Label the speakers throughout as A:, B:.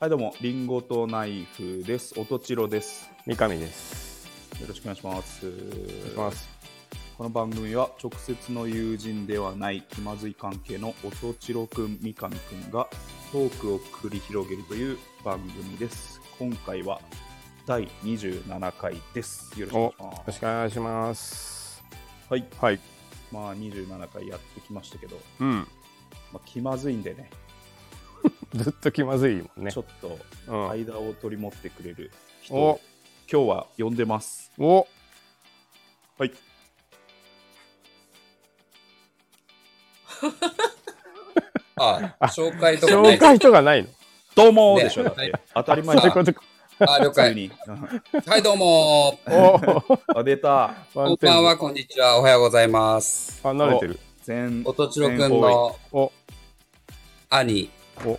A: はい、どうも、リンゴとナイフです。おとちろです。
B: 三上です。
A: よろしくお願いします。
B: お願いします。
A: この番組は直接の友人ではない気まずい関係のおとちろくん、三上くんがトークを繰り広げるという番組です。今回は第27回です。よ
B: お、
A: ろ
B: よ
A: しくお願いしま
B: ろ
A: す。
B: しくお願いします。
A: はい。
B: はい。
A: まあ27回やってきましたけど、
B: うん。
A: まあ、気まずいんでね、
B: ずっと気まずいもんね
A: ち。ょっと
B: うん
A: 間を取り持ってくれる人
B: お
A: を、今日は呼んでます。
B: お、
A: はい。
C: あ紹介とかない
B: 紹。介とかないの。
A: どうもー
C: ね
A: でしょ、だっ
C: はい
A: て。当たり前
B: そうい
A: だ
B: うことか。
C: あ、了
A: 普通
C: 解。
A: に。
C: はい、どうも。
B: お、
A: あ、出た。
C: こ
B: ワ
C: ん
B: ンテ
C: ばん
B: ン
C: は、こんにちは。おはようございます。
B: ポ。あ、慣れてる。
A: 全
C: おとちろくん
A: 全方位
C: の
B: お、
C: 兄、
B: お、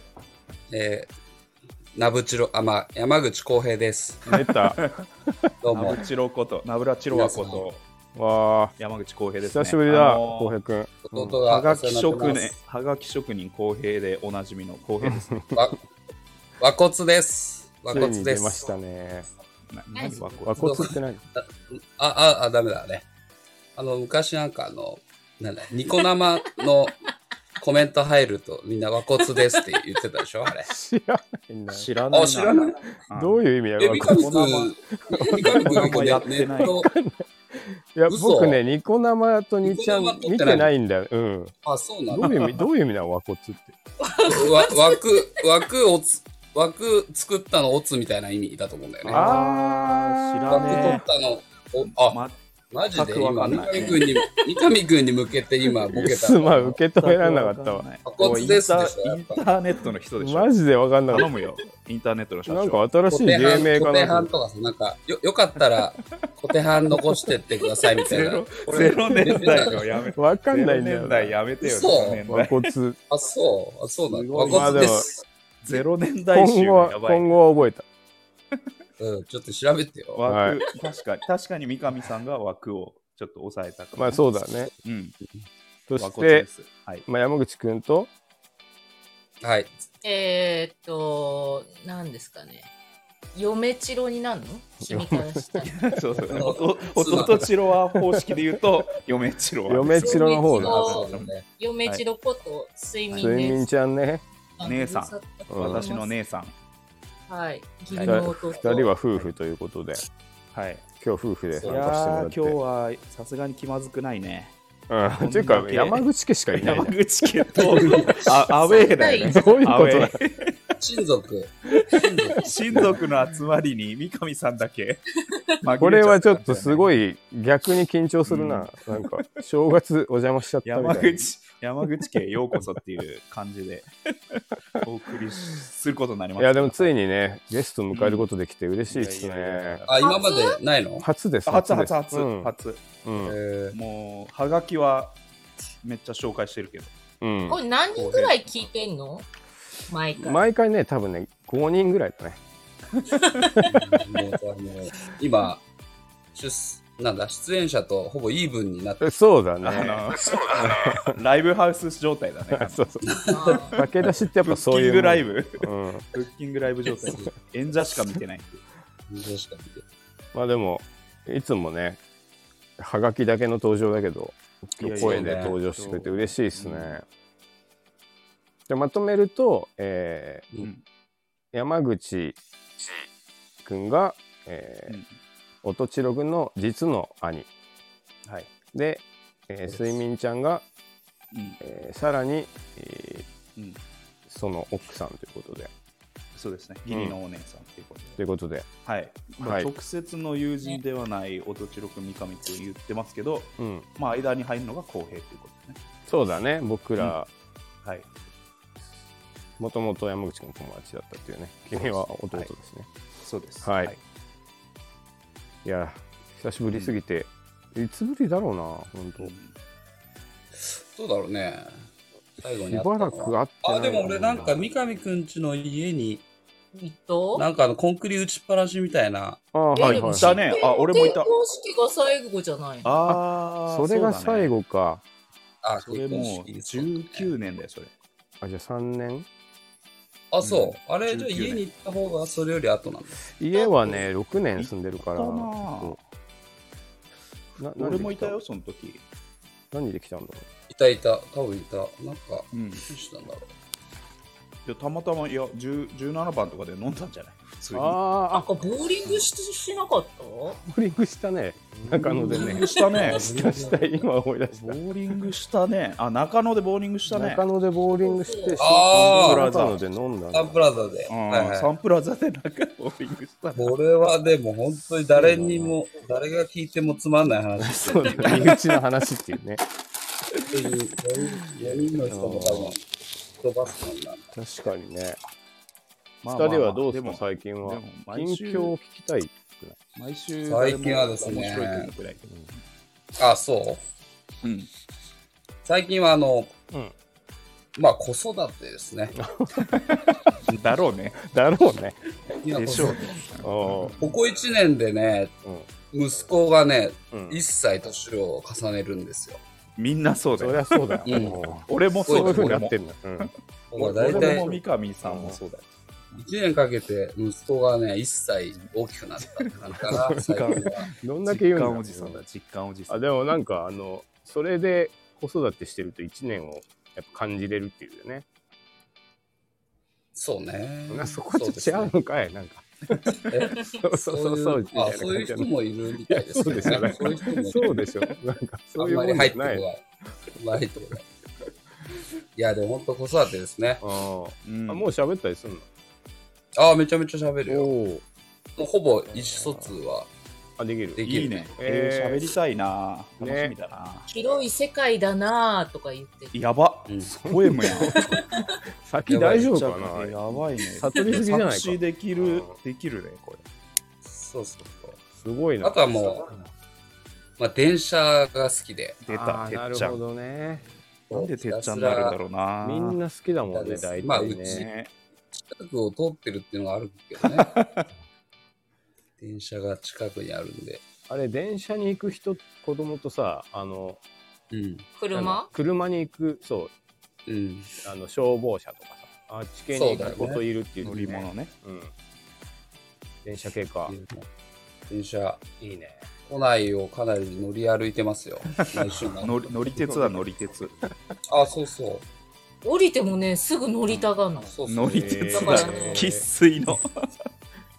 C: えー、なぶちろ、あ、まあ、山口浩平です。
B: 出た。
C: どう
A: ナ
C: も
A: ブ。チロこと、ナブラチロワこと、
B: わあ。
A: 山口浩平です、ね。
B: 久しぶりだ、
A: あのー
B: 浩平くん。
C: 弟
A: は
C: が
A: が
C: お世
A: き
C: 話にな
A: 職
C: ってま
A: 人
C: す、
A: はがき職人浩平でおなじみの浩平 ですね。
C: わ、和骨です。和
B: つい
C: 骨
B: に
C: で
B: 出まし
C: す。
B: たね。
A: な何わこ
B: 和骨って何
C: あ、あ、あ、ダメだね。あの、昔なんかあの、なんだ、ニコ生のコメント入るとみんな和骨ですって言ってたでしょあれ。
B: 知らないんだ。
A: 知らない
C: あ知らない
A: あ
B: どういう意味
C: え、
B: や
C: 三
B: 和
C: 上
B: 骨
C: くん、三上くん
A: こんなもんや
C: よ
A: っ
C: く
A: て
C: ね、
A: ない
C: ネット
B: いや、
C: 嘘
B: 僕ね、ニコ生とニちゃん
C: ニコ生撮って
B: 見
C: ない
B: てないんだよ。うん。
C: あ、そうな
B: ど
C: の
B: ういう意味、どういう意味なの和骨って。
C: わ枠、枠をつ、枠作ったのオツみたいな意味だと思うんだよね。
A: あー知ら
C: 枠取
A: ね
C: ったの、お
A: え。
C: あ、
A: ま
C: マジで
A: 全くわか
C: 今、
A: ん
C: 三
A: ない
C: 上くんに、三上くんに向けて今、ボケた
B: す
C: の。
B: まん、受け止められなかったわ。
A: 全く
C: 和
A: わかんない
C: 骨ですでしょ
A: インタインターネットの人でしょ
B: マ。ジで分かんなか
A: 頼
B: っ
A: むよ。インターネットの
B: た。
A: 社
B: なん
A: 長。
B: か新しい芸名か
C: 小手半
B: な
C: とかさ、なんか、よ、よかったら、小手半残してってくださいみたい
A: ゼ
C: な。
A: ロゼロ年代のやめ。
B: 分かんないんだ
A: ゼロ
B: よ
A: 年代
B: な。
A: やめてよ。
C: 嘘
A: ゼロ年代
B: 和骨。
C: あ、そう、あ、そうな
A: す
C: の。
A: ご
C: 和
A: い
C: 骨です。
A: ゼロ年代集
B: 今後
A: や
B: は、
A: ばいね。
B: 今後は覚
C: うん、ちょっと調べてよ。
A: 枠、
B: はい
A: 確かに、確かに三上さんが枠をちょっと抑えたか
B: えた。
A: ら
B: まあそうだね。
A: うん。
B: そ
A: 和
B: し
A: 骨で
B: て、
A: す。はい。
B: まあ、山口くんと、
C: はい。
D: えー、っと、何ですかね。嫁チロになるの君か らしたら。
A: そうそう。
C: の
A: おと弟チロは方式で言うと、嫁チロは。
B: 嫁チロの方
D: あ
B: だ。
D: そ
C: そううだ ね。
D: 嫁チロこと睡眠
B: 睡
D: で
B: 眠
D: す。
B: ちゃんね。
A: 姉さん
D: あ
B: うん
D: ございま
A: 私
D: す
A: の姉さん。
D: はい。義理
B: 二
D: の弟。
B: 人は夫婦ということで、
A: はい。
B: 今日夫婦で
A: い
B: 参加してもら
A: やー、今
B: っ
A: 日
B: て。
A: はさすがに気まずくないね。
B: う
A: こんだけ
B: ん。というか、山口家しかいない
A: 山
B: ね。
A: 口家と、 あアウェーだよね。
B: どういう
A: ア
B: こ
A: ウ
B: と
A: ェ
B: だ
A: ー。
C: 親族。親族。
A: 親族の集まりに三上さんだ け。
B: これはちょっとす
A: い。
B: ごい逆に緊張するな。なんか、正月お邪魔しちゃったみ
A: 山
B: たいな。
A: 口山口家へようこそっていう感じで お送りすることになりま
B: い
A: した
B: や、でもついにね、ゲスト迎えることできて嬉しいです
A: いやいやいやい
B: ね
A: や。
C: あ、今までないの
B: 初です。
A: 初
B: です
A: 初初、
B: うん
A: 初
B: うん
C: え
A: もうはがきはめっちゃ紹介してるけど
B: うん
D: これ何人ぐらい聞いてんの毎回。
B: 毎回ね、多分ね、5人ぐらいだね。
C: ーもうあの今、出す、なんだ、出演者とほぼイーブンになって、
B: えそうだ
A: あ
B: ね。
A: のライブハウス状態だねあの
B: そうそう。
D: あー
B: 駆け出しってやっ
A: ブッ
B: ぱ
A: キ
B: そうい
A: ン
B: う
A: グ
B: もん。
A: ライブ
B: うん。
A: ブッキングライブ状態演者しか見てないっていう
C: 確かに
B: まあでも、いつもね、はがきだけの登場だけど、
A: いやいや
B: 声で登場してくれて嬉しいですね。でまとめると、えー
A: うん
B: 山口くんが、え
A: うん
B: ー、音千代くんの実の兄。
A: はい
B: で、えー、睡眠ちゃんが、
A: うん
B: えーさらに、え
A: う
B: ー
A: ん
B: その奥さんということで。
A: そうですね義理のお姉さんっていうことで、
B: ということで、
A: はい、まあ
B: はい
A: 直接の友人ではないおとちろく三上と言ってますけど、
B: うん、
A: まあ、間に入るのが公平っていうことですね
B: そうだね、僕ら、
A: はい
B: もともと山口君の友達だったっていうね、君は弟ですね。
A: そうです
B: はいい、や、久しぶりすぎて、いつぶりだろうな、本当。
C: そうだろうね。最後に
B: し
C: 会った
B: ば
C: の
B: ら
C: は
B: く会ってない
C: あ、でも俺なんか三上くんちの家に、
D: えっ と
C: なんかあの、コンクリ打ちっぱなしみたいな。
B: ああ、はいはい
A: い。たねあ俺もいた
D: 結婚式が最後じゃないの
A: ああ
B: それが最後か。
C: あ、
A: それもう
C: 結婚式そうだね
A: 19年だよそれ
B: あ、じゃあ3年
C: あ、そう。あ
A: 19
C: れ、じゃあ家に行った方がそれより後なんだ。
B: 家はね、6年住んでるから。
A: 行ったなぁ
B: そうな
A: 俺もいた。
B: 何
A: よ
B: で来
A: その時、
B: 何で来たんだろ
C: いたいた。多分いた。なんか、
A: うん、
C: 何したんだろう。
A: でたまたまいや10 17番とかで飲んだんじゃない普通
B: う。
A: に
B: あ
D: なん
B: ー
D: かボーリングししなかった
B: あ、ボーリングしたね。中野で
A: ボーリン
B: ね。
A: グした ね
B: したした、今思い出し
A: ボーリングしたねあ中野でボーリングした
B: た。
A: ね
B: 中野でボーリングして、
C: あ
A: ー
B: 中野で飲んだ
C: サ
B: の
C: ンプラザで。
A: う
C: はい
A: ん
C: はい
A: サンプラザで中野でボーリングしたね
C: これはでも本当に誰にも、誰が聞いてもつまんない話です
B: そうだね。身口の話っていうね。
C: 4人の人も多分、飛ばすもんな。
B: 確かにね。
A: まあまあ
B: 二人はどうです
A: で
B: か、
A: も
B: 最近
A: で
B: は
A: も。
B: 近
A: 毎週
B: 況を聞きたい。
A: 毎週
C: 最近はですね
A: 面白いっていうのくらい
C: あ、そう
A: うん
C: 最近はあの、
B: うん
C: まあ子育てですね。
A: だろうね
B: だろうね。
C: 今
A: で
C: 子
A: しょう
C: 育
A: ね
C: て
B: おー
C: ここ1年でね、
B: うん
C: 息子がね、
B: うん
C: 1歳年を重ねるんですよ。
A: みんなそうだ
B: そり
A: よ
B: ゃそうだよ。
C: うん
B: も
A: 俺も
B: うそう
A: そ
B: いう
A: う
B: ふうに
A: だ
B: な
A: よ
B: ってんだ。うん
C: まあ
A: 俺
C: 大
A: も
C: 体
A: 俺も三上さんもそうだよ
C: 1年かけて息子がね、1歳大きくなったって感じか な、最近は。
B: どんだけ
A: 実
B: 言うんだろ
A: 感
B: う
A: おじさんだ実感おじさ
B: あ
A: ん
B: でもなんかあのそれで子育てしてると1年をやっぱ感じれるっていうよね、
C: そうね。
B: なそこはちょっと違うのかいなんか
C: そうですね
B: そうそう
C: そ
B: そうう
C: い
B: そううみたいな感
C: まあそうい
B: じ
C: う人
B: の
C: もいるみたいです
B: そうですよね
C: そういう人も
B: そうでしょなんか
C: あ
B: そ
C: ん
B: ういう
C: ま
B: も
C: り
B: ん
C: 入
B: じゃ
C: ってこな。
B: ないい
C: あんまり入ってこない。いや、でも本当子育てですね。
B: あ
A: うん
B: あもう喋ったりすん
C: ああ、めちゃめちゃ喋る
B: の
C: よ。
B: おお
C: もうほぼ意思疎通は
B: あできる
C: できる。
A: いいね
B: え
A: え
B: ー
A: ー喋りたいな
B: ね
A: 楽しみだな
D: 広い世界だなぁとか言ってる
A: やば
C: うん
A: ポエムやん
B: 先大丈夫か
A: めちゃくちゃ
B: な
A: やばいね
B: 悟りすぎじゃないか
A: 作詞できる
B: うん
A: できるねこれ
C: そうそうそう。
B: すごいな
C: あとはもまあ、電車が好きで。
A: 出た
B: あー
A: て
B: な
A: っ
B: る
A: ちゃ
B: ほ
A: ん
B: どね
A: なんでてっちゃんになるんだろうな
B: みんな好きだもんね大
C: まあう
B: 体
C: ち
B: ね、
A: ね
C: 近くを通ってるっていうのがあるけどね。 電車が近くにあるんで。
B: あ、れ電車に行く人子供とさあの
C: うん。
B: なん
D: 車
B: だ車に行くそう
C: うん。
B: あの消防車とかさ、あっち系に行く
C: そうだ
B: こ
C: よ
B: といるっていう、
A: 乗り物。ね
B: うん。電車系か。
C: 電車、
B: いいね。
C: 都内をかなり乗り歩いてますよ。毎週 の
A: 乗り乗り鉄だ乗り鉄
C: あ、そうそう。
D: 降りてもねすぐ乗りたがるの
C: そうそう
A: 乗 り鉄
D: だ
A: だ
D: からね
A: 生 粋の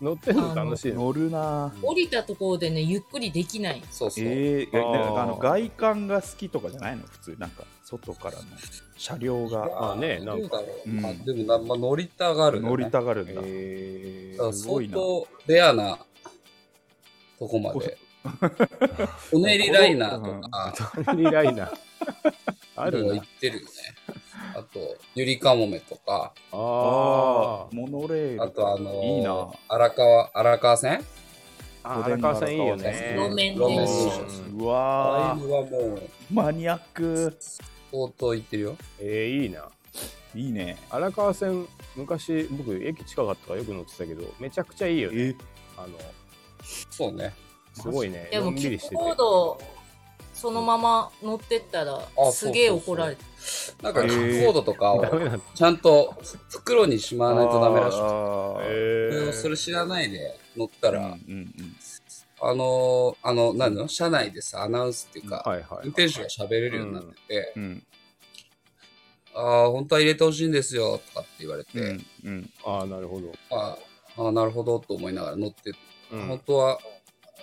B: 乗ってんの楽しいね。
A: 乗るな
D: 降りたところでねゆっくりできない
C: そうそう。
A: えー、
B: あー
A: なんかあの外観が好きとかじゃないの普通なんか外からの車両が
B: まあねなんか
C: どうだろう
A: うん
C: まあ、でもな、まあ、乗りたがるよね、
A: 乗りたがるんだ、
B: え
C: だか
B: ー、
C: ら
A: す
C: 相
A: ごいな
C: 当レアなとこまで。 おねりライナーとか、
B: トリライ ナー。あ
C: もう
B: る
C: 行
B: な。
C: ってるよね。あと、ゆりかもめとか、
A: あ
B: あ
A: ーモノレール
C: あとあの
A: いいな
C: 荒川、荒川線
B: あ。あ荒川さんいいよね。
D: 路面
C: 路
D: 電
C: 面
D: 車
C: 電
B: う
C: 車。
B: ん
A: う
C: ああ
A: わ
C: いうのはもう、
A: ーマニアック
C: 相当行ってるよ。
B: えー、いいな。
A: いいね
B: 荒川線、昔、僕、駅近かったからよく乗ってたけど、めちゃくちゃいいよね。
A: え
B: あの、
C: そうね。
B: すごいね。
D: でも
B: のんび
D: キ
B: り
D: ッ
B: し
D: ク
B: てて
D: ボードそのまま乗ってったら
C: そう
D: すげえ怒られて
C: なんか、
A: へ
C: キ
A: ー
C: ックボードとかを
B: ダメなんだ。
C: ちゃんと袋にしまわないとダメらしく
A: あー
B: え
C: て、それ知らないで乗ったら、
A: うんうんうん
C: あのーあの、なんだろう、車内でさ、アナウンスっていうか、
B: はいはい
C: 運。転手が喋れるようになってて、
A: うん
C: ああ、本当は入れてほしいんですよ、とかって言われて、
A: うんうん
B: ああ、なるほど。
C: あーあー、なるほど、と思いながら乗って、
B: うん
C: 本当は、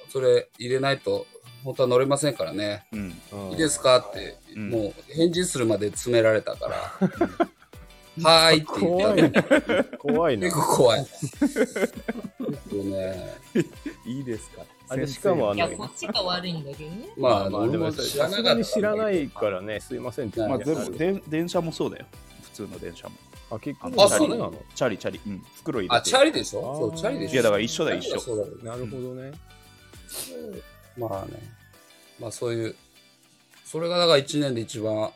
C: それ入れないと、本当は乗れませんからね、
A: うん
B: うん
C: いいですかって、
A: うん
C: もう返事するまで詰められたから、はーいって言っ
B: 怖
C: て、
B: いな。 怖いな
C: 結。構怖い。結構ね、
A: いいですか
B: あれしかもあ
D: い
B: の
D: やこっちが悪いんだけどね
C: まあ、俺
B: でも
C: も知ら
B: さすが
C: なかった。
B: に知らないからね、すいませんって言
A: ま
B: う
A: あ
B: ん
A: 全
B: じゃない。
A: 部でん電車もそうだよ普通の電車も
B: あ、結
A: あ
B: 構
A: の
C: あ
A: チャ
C: そう
A: リ
C: な
B: の
A: チャリチャリうん袋入れて
C: あ、チャリでしょ
B: あー
C: そう、チャリでしょ
A: いやだから一緒だよ
C: チャリは
A: 一緒
C: そうだけど
B: なるほどね。
C: まあね。まあそういう、それがだから1年で一番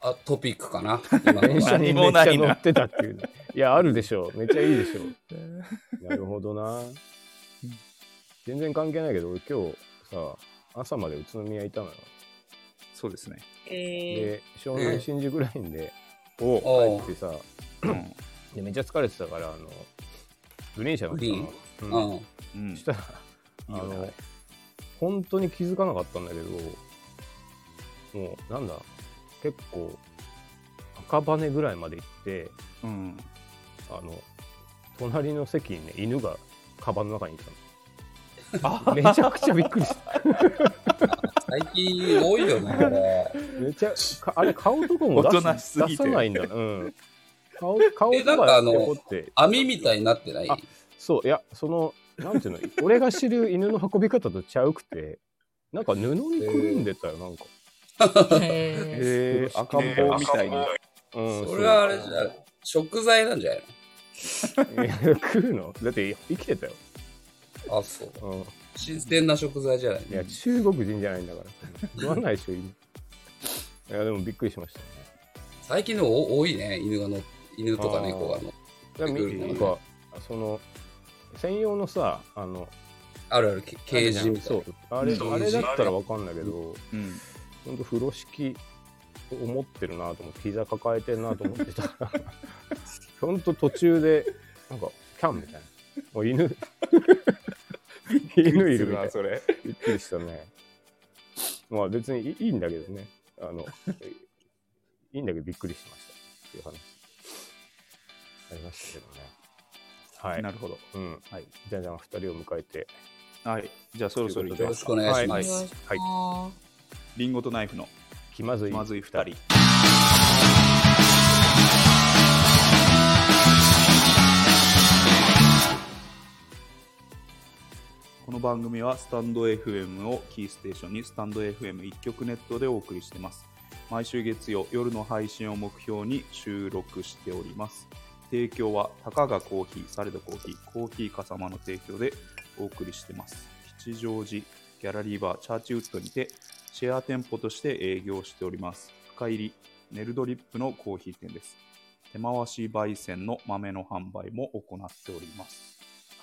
C: あトピックかな。今
B: 電車
C: は
B: にめっちゃ乗ってたっていうね。いや、あるでしょう。めっちゃいいでしょう。なるほどな。全然関係ないけど、俺今日さ、朝まで宇都宮いたのよ。
A: そうですね
D: えー
B: で、湘南新宿ラインで
A: おう
C: おう
B: 帰ってさ、
A: うん
B: でめっちゃ疲れてたからあのグリーン車乗ったの、
C: う
B: うん
C: ん。
A: うん
B: そしたら
A: いいよね
B: あの本当に気づかなかったんだけどもうなんだ結構赤羽ぐらいまで行って
A: うん
B: あの隣の席にね犬がカバンの中にい
A: あ
B: たのめちゃくちゃびっくりした
C: 最近多いよね、これ。
B: めちゃか あれ顔とかも
A: おと
B: 出
A: なし
B: す
A: すぎて
B: 出さないんだなうん顔顔
C: え
B: と
C: なんか
B: か
C: あの
B: 横って
C: 網みたいになってない
B: あそういやそのなんていうの俺が知る犬の運び方とちゃうくてなんか布にくるんでたよなんか、
D: へ
A: えー、赤ん坊みたいに
B: うん、
C: それはあれじゃん、食材なんじゃない
B: そういや食うのだって生きてたよ、
C: のあ、そう。
B: うん、
C: 新鮮な食材じゃない
B: いや中国人じゃないんだから食わないでしょ犬いやでもびっくりしましたね
C: 最近でも多いね、犬がの犬とか猫がの
B: いやみ
C: うん
B: なんかその専用のさあの
C: あるあるけケージみたい
B: そ
C: な
B: う。あれ
A: うん
B: あれだったらわかんないけど
A: うん
B: 本当風呂敷を持ってるなと思って膝抱えてるなと思ってた ら本当途中でなんかキャンみたいなも う犬犬いるみたいな
A: それ
B: びっくりしたねまあ別にいいいんだけどねあ のいいんだけどびっくりしましたっていう話ありましたけどねはい
A: なるほど
B: うん
A: はい、
B: じゃんじゃん二人を迎えて
A: はい、じゃあそろそろ行き
C: よ
A: ま
C: ろ
A: す
C: しくお願いしま
D: ー
B: は
D: すご
C: す
D: い。な
A: リンゴとナイフの
B: 気まずい
A: まずい二人この番組はスタンド FM をキーステーションにスタンド FM 一曲ネットでお送りしています毎週月曜夜の配信を目標に収録しております提供はたかがコーヒーサレドコーヒーコーヒーかさまの提供でお送りしてます吉祥寺ギャラリーバーチャーチウッドにてシェア店舗として営業しております。深入り、ネルドリップのコーヒー店です。手回し焙煎の豆の販売も行っております。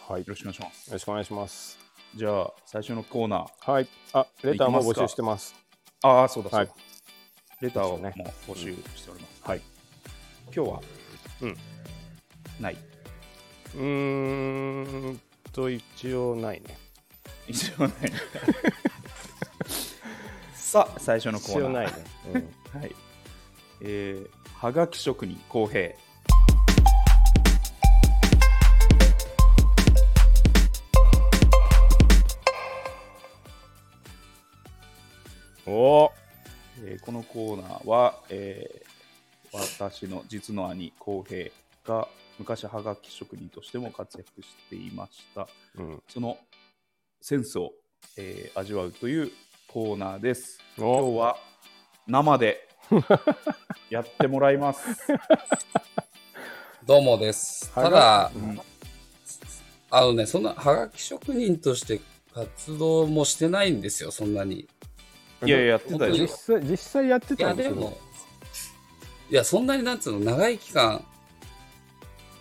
B: はい
A: よろしくお願いします。
B: よろしくお願いします。
A: じゃあ、最初のコーナー。
B: はい。あ、レターも募集してます。
A: ああ、そうだ
B: はい
A: だレターを
B: そうです
A: もう募集しております。
B: はい。
A: 今日は、
B: うん
A: ない。
B: うーんと、一応ないね。
A: 一応ない。 さあ、最初のコ
B: 一
A: ーナー。
B: 応ないね。うん
A: はい。えー、はがき職人公平。
B: お
A: えーこのコーナーは、えー私の実の兄浩平が昔はがき職人としても活躍していました
B: うん。
A: そのセンスを、えー味わうというコーナーです今
B: お
A: 日は生で やってもらいます、
C: どうもです。
B: はが
C: ただ
B: う、
A: うん
C: あのね、そんな、はがき職人として活動もしてないんですよ、そんなに。
A: いやいややってたでしょ
B: 実際、実際やって
C: い
B: た
C: や、
B: んで
C: です
B: よ。
C: も、いや、そんなになんつうの、長い期間、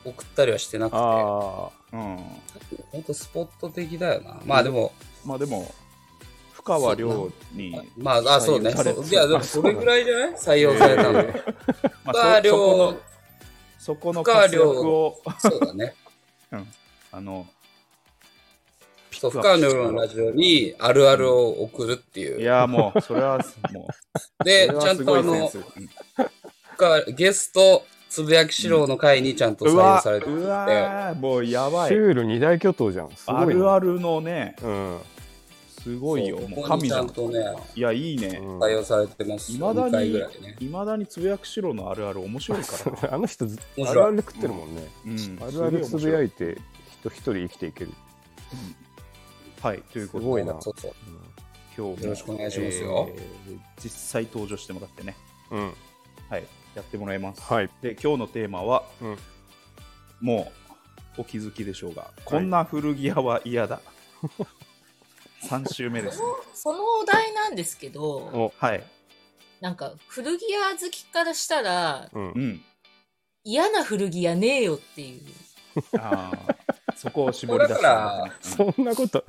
C: 送ったりはしてなくて、
B: あ
A: うん、
C: ほんとスポット的だよな。まあでも、
A: まあでも深川亮に
C: まあ、あ、そうね。
A: 採用さ
C: そ
A: れて
C: ういや、でも
B: あそ
C: そ
B: な
C: うれ
B: んだ
C: ぐらいじゃない採用されたの。
A: え
C: 深
A: ま
C: 川
A: あそ
C: 亮、
A: そこのそこの
C: 深川
A: 活
C: 亮
A: 躍を
C: そう だね。
A: あの
C: そう、深川亮のラジオにあるあるを送るって
A: い
C: いう。
A: やもうそれはも う
C: で、
A: それ
C: ち
A: は
C: ゃ
A: す
C: ん
A: ご
C: とあ
A: いセン
C: の、
A: ス
C: 深川ゲスト、つぶやきしろうの会にちゃんと採
A: う
C: 用
A: わ
C: されて
A: う
C: て、
A: わーもうや
B: あ。
A: ば
B: シ
A: い
B: ュール二大巨頭じゃん。す
A: あ
B: ごいな。
A: るあるのね
B: うん。
A: すごいよ
C: そう
A: もう
C: ここに
A: 神
C: ち
A: じゃ
C: ゃ
A: ん
C: んとね、
A: いやいいね
B: うん
C: 採用されてます。
A: いまだ
C: 2回ぐらいね。
A: にいまだにつぶやくしろのあるある面白い からな
B: あの人ず、
C: 面
B: ある
C: 白
B: あ
C: い。
B: る食ってるもんね。
A: うん
B: あるあるつぶや
A: い
B: いて、人一人生きていける。
A: はいというこ
B: すご
A: と
B: い
A: で
B: な
C: そうそう。
A: 今日も
C: よろしくお願いしますよ
A: えー実際登場してもらってね
B: うん。
A: はいやってもらいます
B: はい。
A: で今日のテーマは
B: うん
A: もうお気づきでしょうがこんな古着屋は嫌だ 三週目ですね
D: そのお題なんですけど、
A: はい
D: なんか古着屋好きからしたら
B: うん
A: う。ん
D: 嫌な古着屋ねえよっていう。
A: ああそこを絞り出した
C: だから
A: うん
B: そんなこと、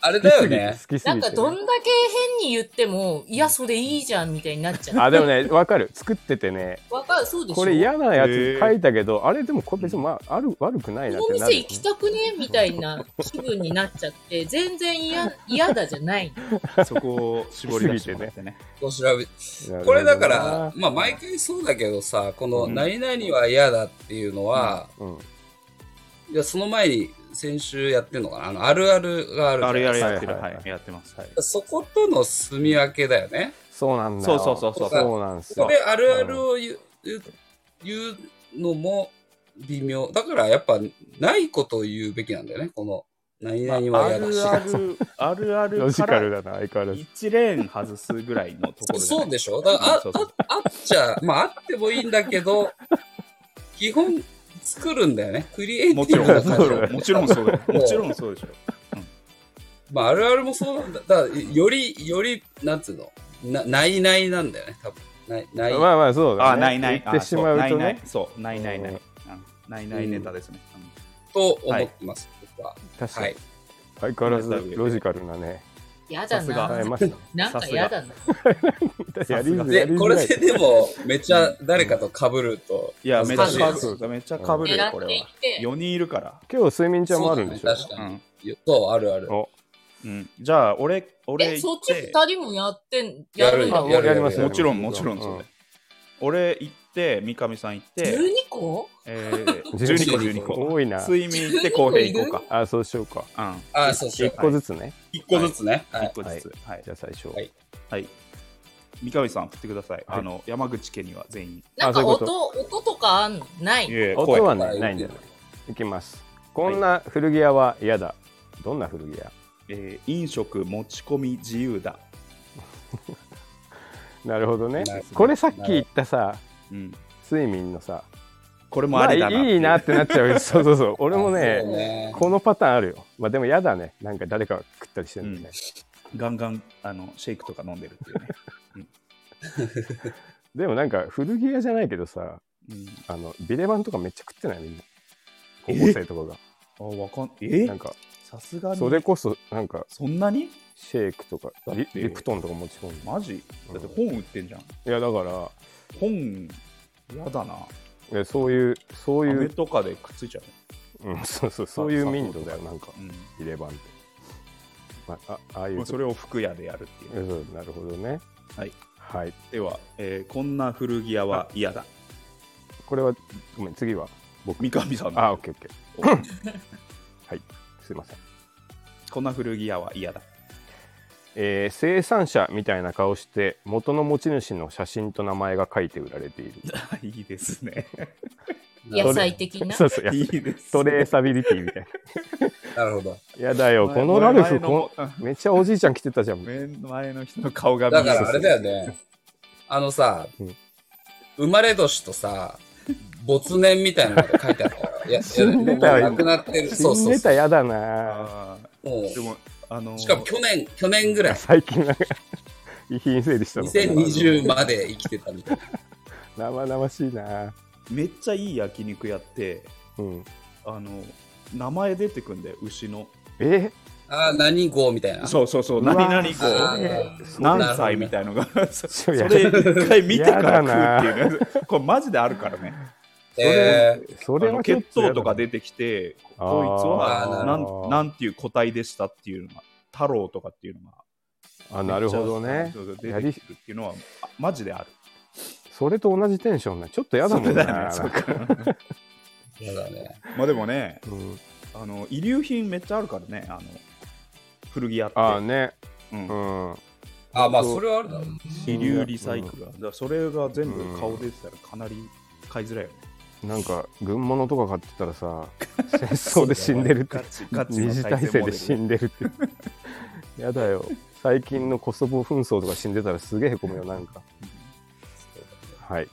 C: あ
B: 好
C: れ
B: き
C: だ
B: すぎ
C: よ
B: て
C: ね
B: 好。きす
D: な
B: ぎ
D: ん
B: て
D: か
B: ね
D: どんだけ変に言っても、いや、それいいじゃんみたいになっちゃう。
B: あ、でもね、わかる。作っててね、
D: わかる、そうでしょ。
B: これ嫌なや
A: へ
B: つ
A: ー
B: 書いたけど、あれでもこれ別に、まあ、ある悪くないなっ
D: こ
B: て
D: の
B: な
D: 店
B: る。
D: 行きたくねみたいな気分になっちゃって、全然嫌、嫌だじゃない。
A: そこを絞り出してもらってね。
C: こう調べ
B: なるほどな
C: これだから、まあ毎回そうだけどさ、この
B: うん
C: 何々は嫌だっていうのは、
B: うん、はい
C: いや、その前に先週やってんのかなあの、あるあるがあるじゃ
A: あ
C: ん
A: れやれやってる、
B: はいは
A: はい
B: はい
A: い、やってます。
C: そことの住み分けだよね。
B: そうなんだ
A: そ
B: よ
A: うそうそうそう
B: そうなんです
C: そ
B: よ
C: れあるあるを言う言うのも微妙。だからやっぱないことを言うべきなんだよね。この何
A: まあ
C: 々は
A: あ
C: 嫌だし。
A: るある、あるあ
B: ロ
A: る
B: ジ
A: か
B: カル
A: ら
B: だな相変わらず
A: 1レーン外すぐらいのところじゃない
C: そうでしょだからあ
A: そうそう
C: ああっちゃ、まああってもいいんだけど、基本作るんだよね。クリエイテ
A: もち
C: ィ
A: ろ
C: ブ
A: ん、
C: な
A: もち
C: 感じ
A: ろん、もちろんそうだよ。もちろんそうでしょ。
C: まあ、あるあるもそうなんだ。だから、より、より、なんつうの、な、ないないなんだよね、多分。ない、ない。
B: まあまあそうだ、ね、
A: あ、ないない。
B: 言っ
A: あ
B: てし
A: そう
B: まうと
A: な
B: ね
A: いない。そう、ないないない。
B: う
A: うんんないないネタですね。うん
C: と思ってます、僕は。
B: 確かに、
C: はい。
B: 相変わらずロジカルなね
D: 嫌だ
A: さすが
B: 変え
D: な。
B: ましたね
D: なんか嫌だな。
B: やりづらいやり
C: で、
B: づ
C: こ
B: ら
C: れ
B: い
C: ででも、めっちゃ誰かと被ると。
A: いや、めっちゃ
C: 恥ずか
A: か
C: しい
A: ぶる。めっちゃかぶるよ、これ
D: 狙
A: は
D: っ。ていって、
A: 4人いるから。
B: 今日睡眠ちゃんもあるんでしょ
C: そうだ
A: う
C: ね
A: ん。
C: 確かに。そう、あるある。
B: お
A: うんじゃあ、俺、俺
D: え、そっち
A: 行
D: 二
A: て
D: 人もやってん、やるんだ。
C: やるやるやりま
B: ます
A: もちろん、
B: やり
A: も
B: ます
A: ちろんそうだよ。俺行って、三上さん行って、
D: 12個
A: えー12個、12個。
B: 多いな
A: 睡眠行って、公平行こう
B: あそうしようか
A: か。うん。
C: あ、そうそう
B: 一。個ずつね、
C: 一個ずつね。はい
A: 1。個ずつ。はい
B: じ。ゃあ最初、
C: はい
A: はい。三上さん、振ってください。
B: はい
A: あの、山口家には全員。
D: なん
B: あ
D: か
B: そういうこ
D: 音、音とかあんのない。
A: え
B: 音は
C: 声
B: ねないんだよねいきますこんな古着屋は嫌だどんな古着屋
A: えー飲食持ち込み自由だ。
B: なるほどね
C: なるほど
B: これさっき言ったさ
A: うん。
B: 睡眠のさ
A: これもありだな。
B: まいいなってなっちゃ うそうそうそう俺も
C: あそう
B: ね
C: ね
B: このパターンあるよまあでも嫌だねなんか誰かが食ったりしてるんでね、
A: ガンガン、あの、シェイクとか飲んでるっていうね。
B: でもなんか古着屋じゃないけどさあのビレバンとかめっちゃ食ってないみんな高校生とか
A: うん。あ、わかん、
B: が
A: え
B: なんか
A: さすがに。
B: それこそなんか
A: そんなに
B: シェイクとか
A: だって
B: リリプトンとか持ち込んで
A: マジ
B: うん
A: だって本売ってんじゃん。
B: いやだから
A: 本、やだな。
B: いやそういうそうい
A: 飴
B: う、
A: とかでくっついちゃうね。
B: うん、そうそうそういう民度だよなんか
A: うん。
B: ビレバンって、まあ、あああいう
A: まあそれを服屋でやるっていう
B: う。んなるほどね
A: はい
B: はい
A: では、えーこんな古着屋は嫌だ。
B: これはごめん次は僕
A: 三上さんの
B: あオッケーオッケ
A: お
B: ーはいすいません
A: こんな古着屋は嫌だ。
B: えー生産者みたいな顔して元の持ち主の写真と名前が書いて売られている
A: いいですね。
D: 野菜的な。
B: そうそう
A: い
B: いや
A: いです。
B: トレーサビリティみたい
C: なるほど。
B: なやだよこのラルフこんめっちゃおじいちゃん来てたじゃん
A: 前前の人の顔が見え
C: だ
A: る
C: からあれだよね。あのさ
B: うん、
C: 生まれ年とさ、没年みたいなのが書いてあるから。い や、
B: 死んでた
C: い
B: よ
C: やもう亡くなってる。そう
B: 新
C: そう
B: ネ
C: そ
B: タ
C: う。
B: や だな
A: あ
C: も
A: ーで
C: う
A: もあのー
C: しかも去年、去年ぐらい、
B: 最近なんか遺品整理したのかな
C: 2020まで生きてたみたいな。
B: 生々しいな
A: めっちゃいい焼肉やって
B: うん
A: あの名前出てくんだよ牛の
B: え
C: ああ、何号みたいな。
A: そうそうそう
B: うわ
A: 何
B: ー
A: 々こ
C: あ
A: う
C: ー
A: 何歳みたいのがそ
B: そ
A: それ一回見てから食う
B: や
A: っていうねこれマジであるからね
C: えー
B: そ
A: あ
B: れ
A: の
B: は
A: 血糖とか
B: で
A: 出てきてこいつ
B: あー
A: は
B: あー
A: なんなんていう個体でしたっていうのが太郎とかっていうのが
B: あなるほどね
A: そうそう
B: や
A: 出
B: り
A: てくるっていうのはあマジである
B: それと同じテンションなちょっとやだもん
A: そ
B: な
A: れだよねそうか
C: そうだね。
A: まあでもね
B: うん
A: あの遺留品めっちゃあるからねあの古着屋って
B: ああね
A: うん
B: うん
C: ああ、まあ、それはあるだろうね。
A: 支流リサイクルだからそれが全部顔出てたらかなり買いづらいよね、
B: なんか軍物とか買ってた らさ戦争で死んでるって
A: ガチガチ
B: 二
A: の
B: 次
A: 再
B: 大
A: 生モ
B: 戦
A: デ
B: で
A: ル
B: 死んでるって やだよ最近のコソボ紛争とか死んでたらすげえへこむよなんかはい、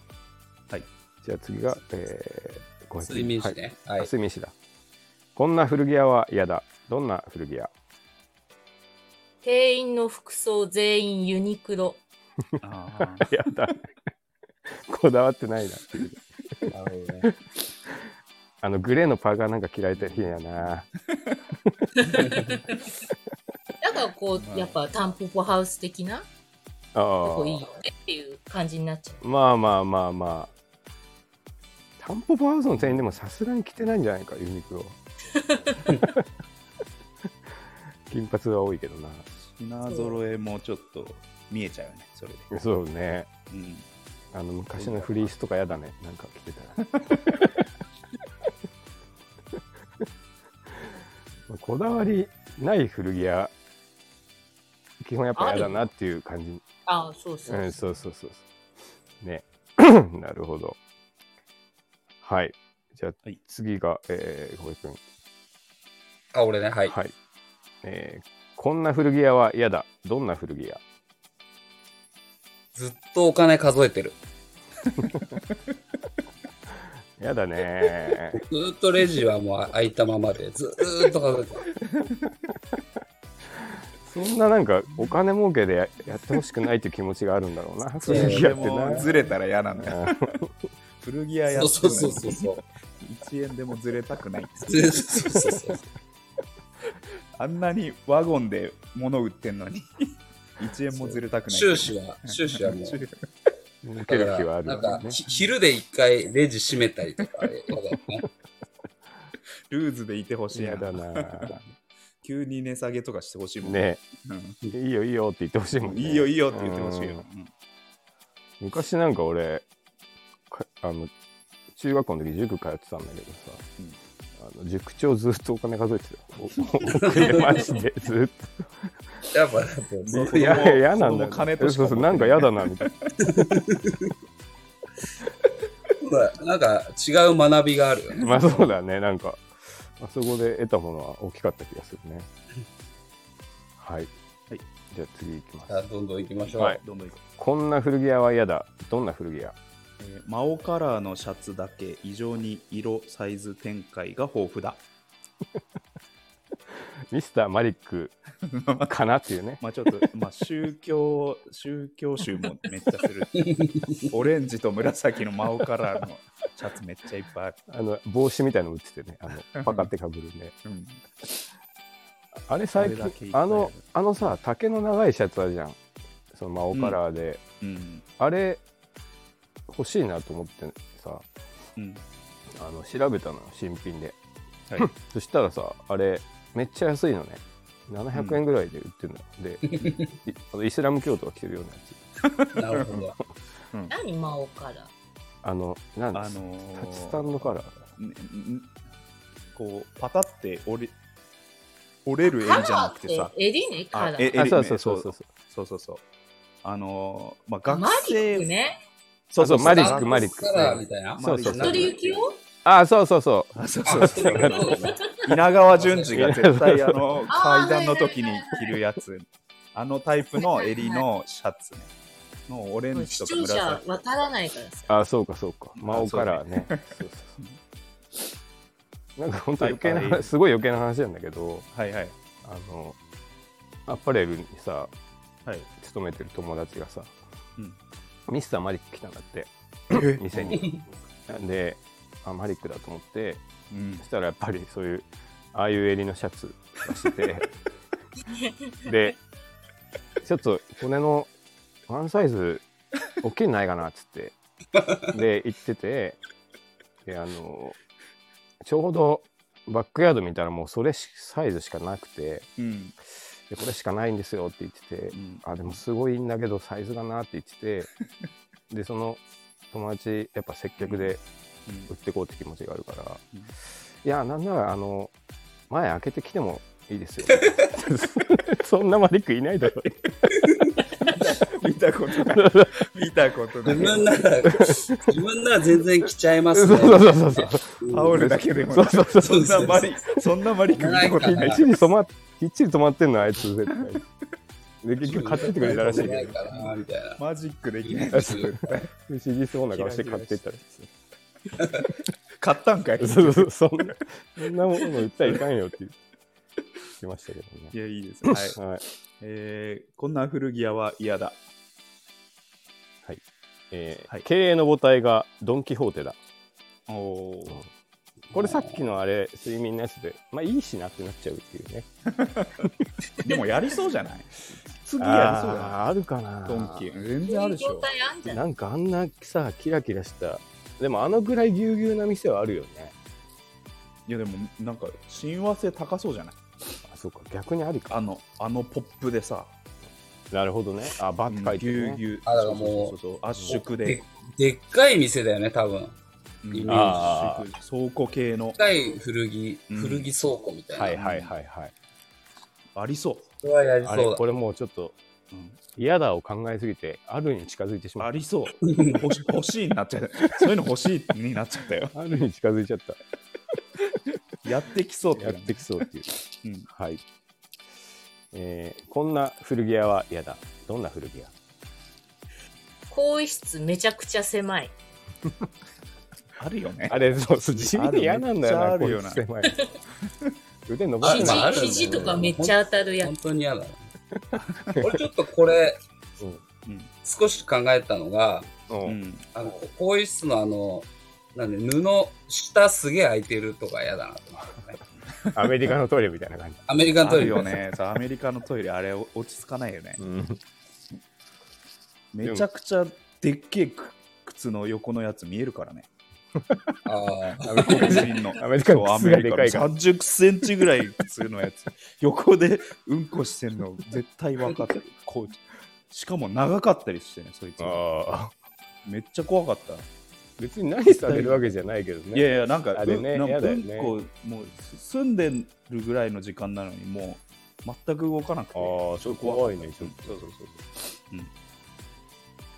A: はい、
B: じゃあ次が、えー、ごめん
C: 睡眠時ね。
B: は、
C: はいい
B: あ。睡眠士だこんな古着屋は嫌だどんな 古着屋
D: 店員の服装全員ユニクロ。
A: あ
B: やだ こだわってないな
C: なるほどね。
B: あのグレーのパーカーなんか嫌いたいやな
D: だからこ
A: まあ
D: う、やっぱタンポポハウス的な
B: あ
D: とこいい
B: ー
D: よねっていう感じになっちゃう。
B: まあまあまあまあタンポポハウスの店員でもさすがに着てないんじゃないかユニクロ金髪は多いけどな
A: 品揃えもちょっと見えちゃうね、それで。
B: そうね
A: うん、
B: あの昔のフリースとかやだねなんか着てたらこだわりない古着屋基本やっぱやだなっていう感じ
D: ああ、そうそうう。
B: ん、そうそうそうそう。ね。 なるほど。はい。じゃあ、
A: はい
B: 次が、えー、小林君。
C: あ、俺ね、はい。
B: はい。えー、こんな古着屋は嫌だ。どんな古着屋
C: ずっとお金数えてる。
B: 嫌 だねー
C: ずっとレジはもう開いたままで、ずーっと数えてる。
B: そんななんか、お金儲けでややってほしくないっていう気持ちがあるんだろうな。
C: そう
B: 古着屋
A: で
B: ってな
A: もずれたら嫌なんだよ。
B: うん
A: 古着屋やって
C: そ
A: な
C: う
A: い
C: そうそうそうそう。
A: 1円でもずれたくない。
C: そうそうそう
A: あんなにワゴンで物売ってん のに、1円もずれたくない。
C: 収支は、収支はもう。
B: 儲け
C: だ
B: る
C: か
B: 気はあ
C: ら、
B: る
C: なん
B: よね
C: か、。ひ昼で一回レジ閉めたりとか、やだよね。
A: ルーズでいてほしい
B: 嫌
A: な
B: だ。なー
A: 急に値下げとかしてほしいもん
B: ね
A: うん
B: いいよいいよって言ってほしいもんね。
A: いいよいいよって言ってほしいよ。うん
B: 昔なんか俺かあの中学校の時塾通ってたんだけどさ、あの塾長ずっとお金数えてたよ。おおマジでずっ
C: やっぱ、なんかそう
B: と。い
A: 子
B: や
A: 供
B: いや嫌なん
A: 子供
B: だよ。
A: 金としか
B: そうそうなんか嫌だなみたいな。
C: なんか違う学びがあるよね。
B: まあそうだねなんかあそこで得たものは大きかった気がするね。はい。
A: はい
B: じゃあ次行きます。
C: あどんどん行きましょう。
B: はい
A: どんどん行こう
B: こんな古着屋は嫌だ。どんな古着屋？
A: えーマオカラーのシャツだけ異常に色サイズ展開が豊富だ
B: ミスターマリックかなっていうね。
A: まあちょっと、まあ、宗教宗教集もめっちゃする オレンジと紫のマオカラーのシャツめっちゃいっぱいある、
B: あの帽子みたいなの売っててね、あのパカってかぶるね。
A: うん
B: あれ最
A: あれだけいっ
B: 近
A: ぱい
B: あ
A: ある
B: のあのさ竹の長いシャツあるじゃんそのまあオカラーで、
A: うん
B: あれ欲しいなと思ってさ
A: うん
B: あの調べたの新品で
A: はい、
B: そしたらさあれめっちゃ安いのね700円ぐらいで売ってるの、でい あのイスラム教徒が着てるようなやつ
C: なるほど。
D: 何、魔王から。
B: あのなんで
A: あ
B: す、
A: のー
B: タッチスタンドカラー
A: ねんこうパタって折れ折れる絵じゃなくてさ
D: 襟ね、カラ
A: あえ
D: ー。
A: エ
B: あ
A: リ
B: そうそうそうそうそう
A: そうそうそうあのーまあ
D: マ
A: 学
D: リック
A: 生
D: ね。
A: そうそう
B: あそうマリッ
C: ダー
B: ク
C: ク
B: マリック
C: カラーみたいな。
A: そうそうそう
D: 一人行きを
B: あそうそうそ
A: あそうそう
C: あ、
A: そ
C: そうういうことね
A: 稲川淳二が絶対あの
D: あー
A: 階段の時に着るやつあのタイプの襟のシャツねのオレンジ
D: 視
A: とか
D: 聴者
A: 紫
D: わからないからさ。
B: うあそうかそうか真オ
A: そう
B: カ
A: ね
B: ラーねそうそうそうなんか本当余計な
A: はいはい
B: 話すごい余計な話なんだけど、
A: はいはい
B: あのアパレルにさ
A: はい
B: 勤めてる友達がさ、
A: うん
B: ミスターマリック来たんだって店になんであマリックだと思って
A: うん
B: そしたらやっぱりそういうああいう襟のシャツを しててでちょっと骨のワンサイズ大きいのないかなっつってで行っててであのちょうどバックヤード見たらもうそれしサイズしかなくて
A: うん
B: でこれしかないんですよって言ってて
A: うん
B: あでもすごいんだけどサイズがなって言って てでその友達やっぱ接客で売ってこうって気持ちがあるから、
A: うん
B: いやなんならあの前開けてきてもいいですよ そんなマリックいないだろ
A: 見たことない見たことな
C: 自
A: い
C: 分なら、自分なら全然着ちゃい ま
B: そう
C: すね。
B: そうそうそう
A: 羽織るだけでも
B: そうそう
A: そ
B: そうん
A: なマリそんなマリック見たこと
B: き
A: な
B: っ
A: い
B: ちり止まきっちり止まってんのあいつ絶対で結局買ってってくれたらしいけ
C: な
B: ど
C: いかな、みたいな。
A: マジックできない
B: 不思議そうな顔して買ってったらし
A: 買ったんかい
B: い そうそうそうそんなそんなもの売ったらいかんよって言ってましたけどね
A: いやいいですはい
B: はい、
A: えーこんな古着屋は嫌だ
B: えー
A: はい
B: 経営の母体がドン・キホーテだ
A: おー
B: これさっきのあれ、睡眠のやつで、まあいいしなってなっちゃうっていうね。
A: でもやりそうじゃない次やりそうじゃ
B: あーあるかな
A: ないドンキ全然あるでし
D: 状
A: ょ。
D: 態あんじゃん。
B: なんかあんなさ、キラキラした。でもあのぐらいぎゅうぎゅうな店はあるよね。
A: いやでもなんか親和性高そうじゃない
B: あ、そうか、逆にありか。
A: あの、あのポップでさ、
B: なるほどね。あ、バッて書いて
A: ぎゅ
B: る、
A: う
B: ね。
A: ぎゅう。
C: あだからもう
A: そうそうそうそう圧縮で。
C: でっかい店だよね、多分。
A: うん
C: イメージ
A: 圧縮倉庫系の
C: でっ。かい古着、
A: うん
C: 古着倉庫みたいな。
B: はいはいはいはい。
A: ありそう。
C: それはやり
B: あ
C: そ
B: れ、
C: う
B: これもうちょっと
A: うん
B: 嫌だを考えすぎて、あるに近づいてしま
A: あ
B: っ
A: りそう。 欲し欲しいになっちゃった。そういうの欲しいになっちゃったよ。
B: た。あるに近づいちゃった。
A: やってきそうって
B: や
A: 感
B: っ
A: じ。
B: てきそうっていう。
A: うん
B: はい。えー、こんな古着屋は嫌だ。どんな古着屋
D: 更衣室めちゃくちゃ狭い。
A: あるよね。
B: あれ、そう、そう地味に嫌なんだよ
A: あ
B: な、
A: る
B: こ
A: めっ
B: い
A: ちゃ
B: つ
A: ある
B: 狭い。腕伸ば
C: あ
B: せ
D: 肘
C: まあ
B: ない。
C: あるんだよね
D: 肘とかめっちゃ当たるや
C: 本
D: つ。
C: 当に嫌だな。俺ちょっとこれ、
B: うん
A: うん
C: 少し考えたのが、
B: う
A: うんん
C: あの、更衣室のあの、なんで、布、下すげえ空いてるとか嫌だなと思って、ね。
B: アメリカのトイレみたいな感じ。
C: アメリカン
A: あ
C: トイ
A: る
C: レ
A: よ。ね。そうアメリカのトイレ、あれお落ち着かないよね。
B: うん
A: めちゃくちゃでっけえく靴の横のやつ見えるからね。
C: ああ。
B: アメリカ
A: 黒人の。
B: アメリカの
A: ア
B: 靴
A: メ
B: が
A: リ
B: で
A: カ
B: か
A: の
B: いから。
A: 30センチぐらい靴のや つ。横でうんこしてんの絶対分かってる。こうしかも長かったりしてね、そいつ。
B: ああ。
A: めっちゃ怖かった。
B: 別に何されるわけじゃないけどね。
A: いやいや、なんか、
B: あれね
A: うんなん
B: や
A: か
B: だ
A: う
B: よ
A: ん
B: ね
A: こ、もう住んでるぐらいの時間なのに、もう全く動かなくて。
B: ああ、ちょっと怖いね、ちょっと。
A: そうそうそう。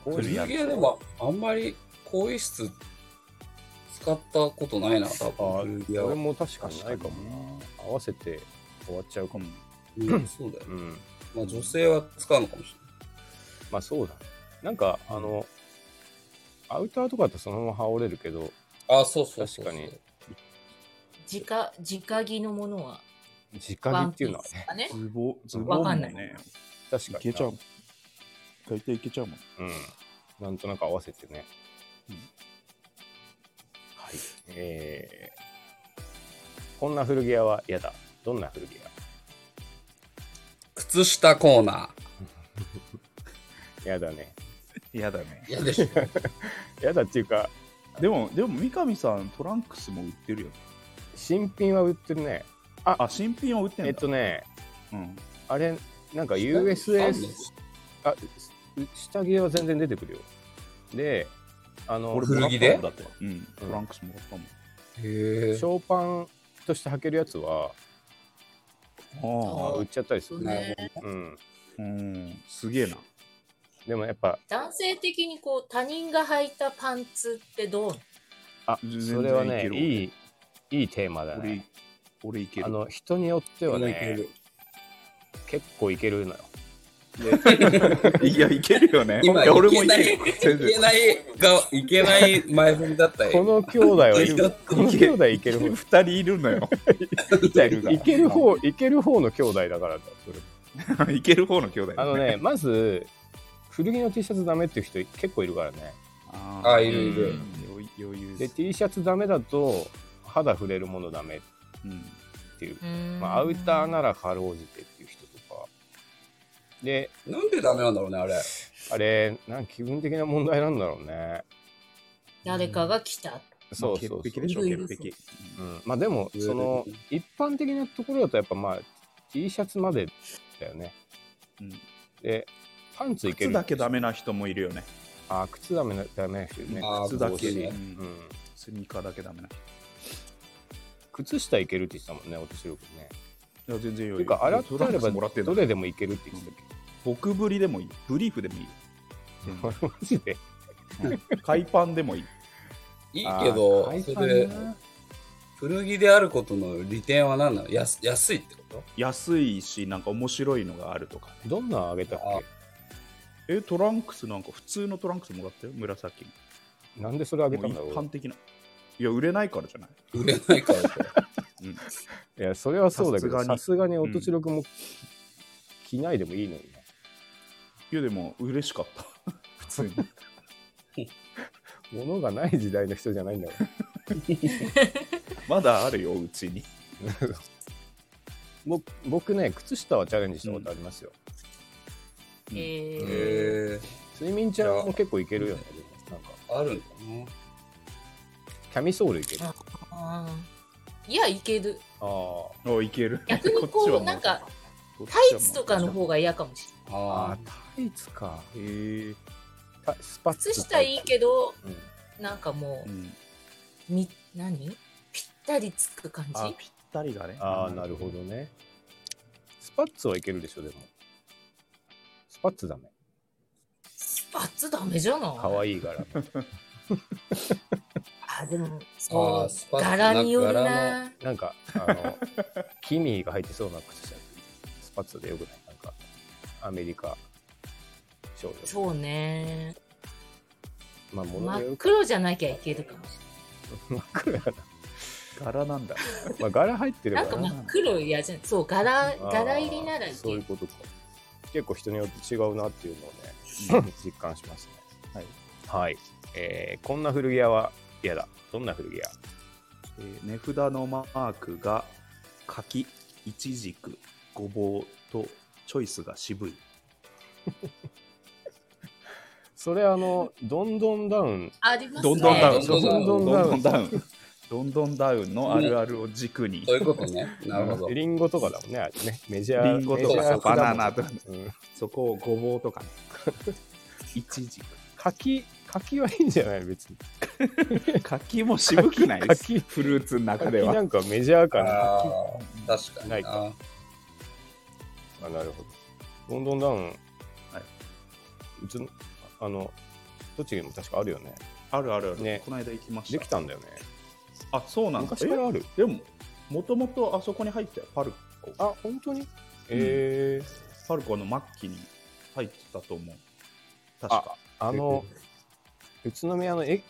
C: こういう系でもあんまり更衣室使ったことないな、多
B: ああ、
C: 分。いや、
B: 俺も確かにない
A: 確
B: か
A: か
B: もな。合わせて終わっちゃうかも。
C: うんそうだよね。
B: うん。
C: まあ女性は使うのかもし
B: まあそうだね。なんか、あの、アウターとかだとそのまま羽織れるけど、
C: れない。あ、そうそうそうそう。
B: 確かに
D: 直、直着のものは。
B: 直着
D: ワ
B: っ
D: ン
B: て
D: ピ
B: いうの
D: ー
B: は
D: スと
B: ね、
D: かね。
A: ズボズボン
D: わ
A: も
D: かんない
A: ね、
B: 確
A: い
B: かにな。
A: けちゃう。大体いけちゃうもん。
B: うん。なんとなく合わせてね。
A: うん
B: はい。えー、こんな古着屋は嫌だ。どんな古着
C: 靴下コーナ
B: 屋嫌だね。
A: 嫌だね
C: ー。。いやでしょ。
B: 嫌だっていうか、
A: でも、でも三上さん、トランクスも売ってるよね。
B: 新品は売ってるね。
A: あ、新品は売ってんだ。
B: えっとね、
A: うん、
B: あれ、なんか USA、あ、す下着は全然出てくるよ。で、あの、
A: 俺
B: シ
A: も
C: 古着で
A: 買ったんだってうん、トランクスも買ったもん。
C: へえ。
B: ョーパンとして履けるやつは、
A: あ
D: あ
B: 売っちゃったりす
D: そう
B: る。
D: ね、
B: うん。
A: あ、うん、すげえな。
B: でもやっぱ、
D: 男性的にこう他人が履いたパンツってどう
B: あ、
A: 全然
B: それはいね
A: け、る
B: いい、いいテーマだ
A: 俺
B: ね。、
A: 俺いけ
B: あ
A: る。
B: の、人によっては
C: 俺い
B: ね
C: け、る
B: 結構いけるのよ。
A: いや、いけるよね。
C: 今
A: いや俺もい
C: いけない
A: ける。全
C: いけ
A: 然。
C: ないが、いけない前振りだったよ。
B: この兄弟はい
C: いけ
B: る
C: る。
B: この兄弟いける方。
A: 二人いるのよ。 い
B: いける方、いける方の兄弟だからだ。それ
A: 方。いける方の兄弟。
B: あのね、まず、古着の T シャツダメっていう人結構いるからね。
A: あ
C: あいるいる
A: 余余裕
B: で、T シャツダメだと、肌触れるものダメ
A: うん
B: っていう。
D: の
B: まあ、アウターならかろうじてっていう人とか。で、
C: なんでダメなんだろうね、あれ。
B: あれ、なんか気分的な問題なんだろうね。
D: 誰かが来た。
B: そうそう
A: 潔
B: そう
A: 癖でしょ、
D: うん
A: 潔癖。
B: うん、まあでも、その、一般的なところだとやっぱまあ、T シャツまでだよね。
A: うん
B: で、パンツいける。
A: 靴だけダメな人もいるよね。
B: あー、靴ダメな、ダメな人いるね。
C: あー
A: 靴だ
C: 帽
A: け、
C: 子ね
A: うん
B: うん。
A: スニーカーだけダメな
B: 靴下いけるって言ってたもんね、落としくね。
A: 人。いや、全然
B: て
A: 余
B: いう
A: 裕。
B: か、洗ってあれ
A: トランクスもら
B: ば
A: ってん
B: ど
A: だ
B: れでもいけるって言ってたっ
A: 僕ぶりでもいい。ブリーフでもいいよ。
B: け、 マジで。
A: 海パンでもいい。
C: いいけど
B: あー、
C: それで、古着であることの利点は何なの安安いってこ
A: 安いし、なんか面白いのがあるとか。
B: どんなんあげたっ
C: あ
A: え、トランクスなんか普通のトランクスもらったよ、紫の。
B: けなんでそれあげたん
A: も
B: だろ
A: う一
B: う
A: 般的な。いや、売れないからじゃない。
C: と売れないからって。
B: いや、それはそうだけど、さ
A: さ
B: す
A: す
B: が
A: が
B: に
A: に
B: 音白くも着ないでもいいのにね。
A: いや、でも嬉しかった。 普通に。
B: 物がない時代の人じゃないんだから。
A: まだあるよ、うちに。
B: 僕僕ね靴下はチャレンジしたことありますよ、
A: うん
D: え
C: へ
D: ー
C: え
B: 睡眠ちゃんも結構いけるよねでもなんか
C: あるんだ
B: キャミソールいけるあ
D: ああーいや、いける。
B: あ
A: おいける。
D: 逆にこう
A: っちはも
D: なんか、
A: こっちは
D: タ
A: もう
D: イツとかの方が嫌かもしれない。
C: な。あ
B: あ
C: あ。
B: タイツか
A: へえ
B: タスパッツ
D: 靴下いいけど、
B: ど、うん
D: なんかも
A: う
D: う、
A: ん。
D: み、何ぴったりつく感じ
A: あ、ぴったりだね。
B: ああなるほどねスパッツはいけるでしょでもスパッツダメ
D: スパッツダメじゃない
B: 可愛い柄
D: あ、でも、
C: あ
D: そ
C: ース
D: う、
C: パッツ
D: 柄による
C: 柄
D: な。
B: なんかあ のキミーが入ってそうな靴下スパッツでよくないなんかアメリカ少女
D: そうね。
B: まあものによ
D: 真っ
B: る
D: 黒じゃなきゃいけるかもし
B: 真っ黒やな
A: 柄なん だ。
B: まあ柄入って
D: れ
B: る
D: な
B: か
D: い。なんから真っ黒嫌じゃん。そう、柄、柄入りなら
B: あ
D: い
B: ー
D: け
B: そういう
D: る。
B: ことか結構人によって違うなっていうのをね
A: うん
B: 実感しますね
A: はい、
B: はいえーこんな古着屋は嫌だどんな古着屋
A: えー値札のマークが柿、イチジク、ごぼうとチョイスが渋い。
B: それあのどんどんダウン
D: あります
A: ど
D: ね。
A: んどんダウン。
C: どんどんダウ
A: どんど
C: ン
A: んダウン。どんどんダウンのあるあるを軸に
C: そう。いうことね。なるほど。
B: リンゴとかだもんねあれねメジャー
A: リンゴとか
B: メジャー果
A: バ
B: 物
A: ナナとか
B: うん
A: そこをごぼうと かね。イチジ
B: 柿柿はいいんじゃない別に
A: ク。柿も渋くないです。
B: 柿
A: フルーツの中
B: 柿
A: で
B: な
A: は。
B: んかメジャー
C: あ
B: かな
C: あー、確かに
B: ない
C: な。
B: かあなるほどどんどんダウン、うちのあの栃木にも確かあるよね
A: あるあるある。
B: ね
A: この間行きまし
B: で
A: た
B: き。たんだよね
A: あ、そうなんだ。
B: 昔からある
A: えでも、もともとあそこに入ってたよ。パルコ。
B: あ本当にえー、
A: パルコの末期に入ってたと思う。確か。
B: あの宇都宮のえ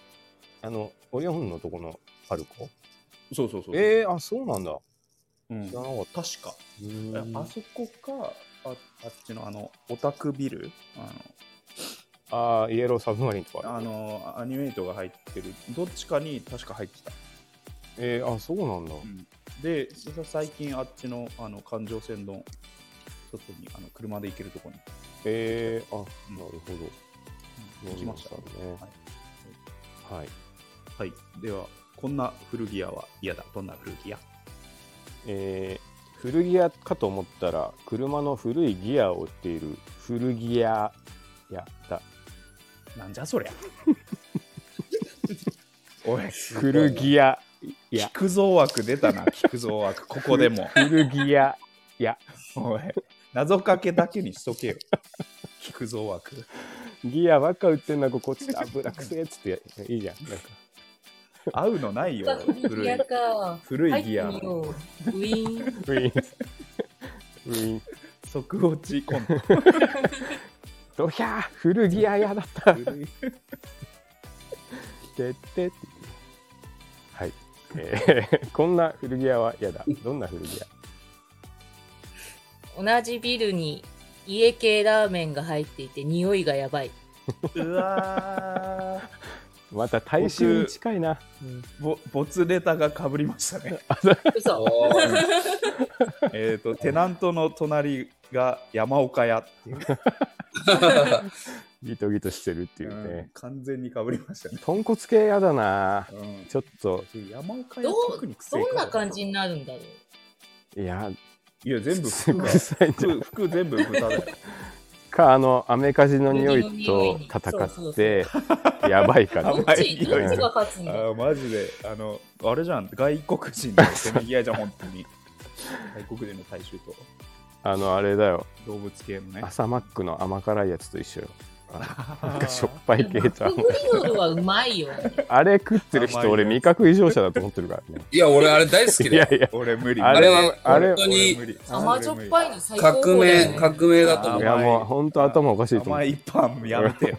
B: あのオリオンのとこのパルコ
A: そうそうそう。
B: えー、あそうなんだ
A: うん
B: 知らなかっ
A: 確か。
B: たうーん
A: あそこか、ああっちのあの、オタクビル
B: あーイエローサブマリンとか
A: あの、あの
B: ある
A: アニメイトが入ってる。どっちかに確か入ってた。
B: えー、あそうなんだ
A: で、そ最近あっちのあの環状線の外にあの車で行けるところ
B: えー、あ
A: うん
B: なるほど
A: に行きました。
B: ねはい
A: はい。では、こんな古着屋は嫌だ。どんな古着屋
B: えー古着屋かと思ったら車の古いギアを売っている古着屋やだ
A: なんじゃそりゃ。 おい、
B: 古着屋や
A: 菊蔵枠出たな、菊蔵枠。ここでも。
B: 古着屋
A: おい、謎かけだけにしとけよ。菊蔵枠。
B: ギアばっか売ってんなここちょっと油くせえっつってやいいじゃんなんか
A: 合うのないよ、古
D: ギ
A: い
D: ア。か。
A: 古い
D: 入ってみ
A: ギアの
D: よう。ウィー
B: ウィー
D: ン。
B: ンウィーン
A: 即落ちコント。
B: ドヒャー古着屋やだったて
A: 古い
B: ってってはい、えー こんな古着屋は 嫌だどんな古着屋
D: 同じビルに家系ラーメンが入っていて、匂いがやばい。
A: うわー
B: また大衆に近いな、うん
A: ぼ、没ネタがかぶりましたね。
D: 嘘。
C: おー
A: えっと、テナントの隣が山岡屋っていう
B: ギトギトしてるっていうね、
A: うん完全にかぶりましたね。
B: 豚骨系やだな
A: うん
B: ちょっと
A: 山岡屋
D: ど
A: 特
D: う
A: に、癖
D: どんな感じになるんだろう。
B: いや
A: いや、全部
B: す
A: 服
B: ご
A: が
B: い。臭いんじゃん
A: 服服全部豚だよ。
B: かあのアメカジの匂
D: 海
B: い
D: の匂い
B: と
D: に
B: 戦
D: そう
B: っ
D: そ
B: て やばいか
A: あ
B: ら
D: ど
A: ん
D: っ
A: まり
D: ち、
A: 匂
D: ど
B: い
D: っちが勝つんだ。
A: あーマジで、あの、あれじゃん、外国人のせめぎ合いじゃん、本当 に。外国人の大衆と
B: あのあれだよ
A: 動物系のね。
B: 朝マックの甘辛いやつと一緒よあのなんかしょっ
A: あ
B: ぱ
D: マ
B: い系とあ
D: ック
B: の
D: グリドルはうまいよ、ね。
B: あれ食ってる
A: 甘い
B: 人
A: よ
B: 俺味覚異常者だと思ってるからね
C: いや、俺あれ大好き
B: い
C: だよ
B: や。いや
A: ー俺無理。
B: あ
C: あ
B: れ
C: れ
B: は
C: は、
B: あれ
C: 本当に
A: 俺無理
D: 甘じょっぱいの最高
C: 革
D: 峰だよ
C: 命、
D: ね
C: 革命だと思。
B: いうや
A: 甘い
B: もうほんと頭おかしいと思
A: 甘
B: う
A: いパンやめてよ。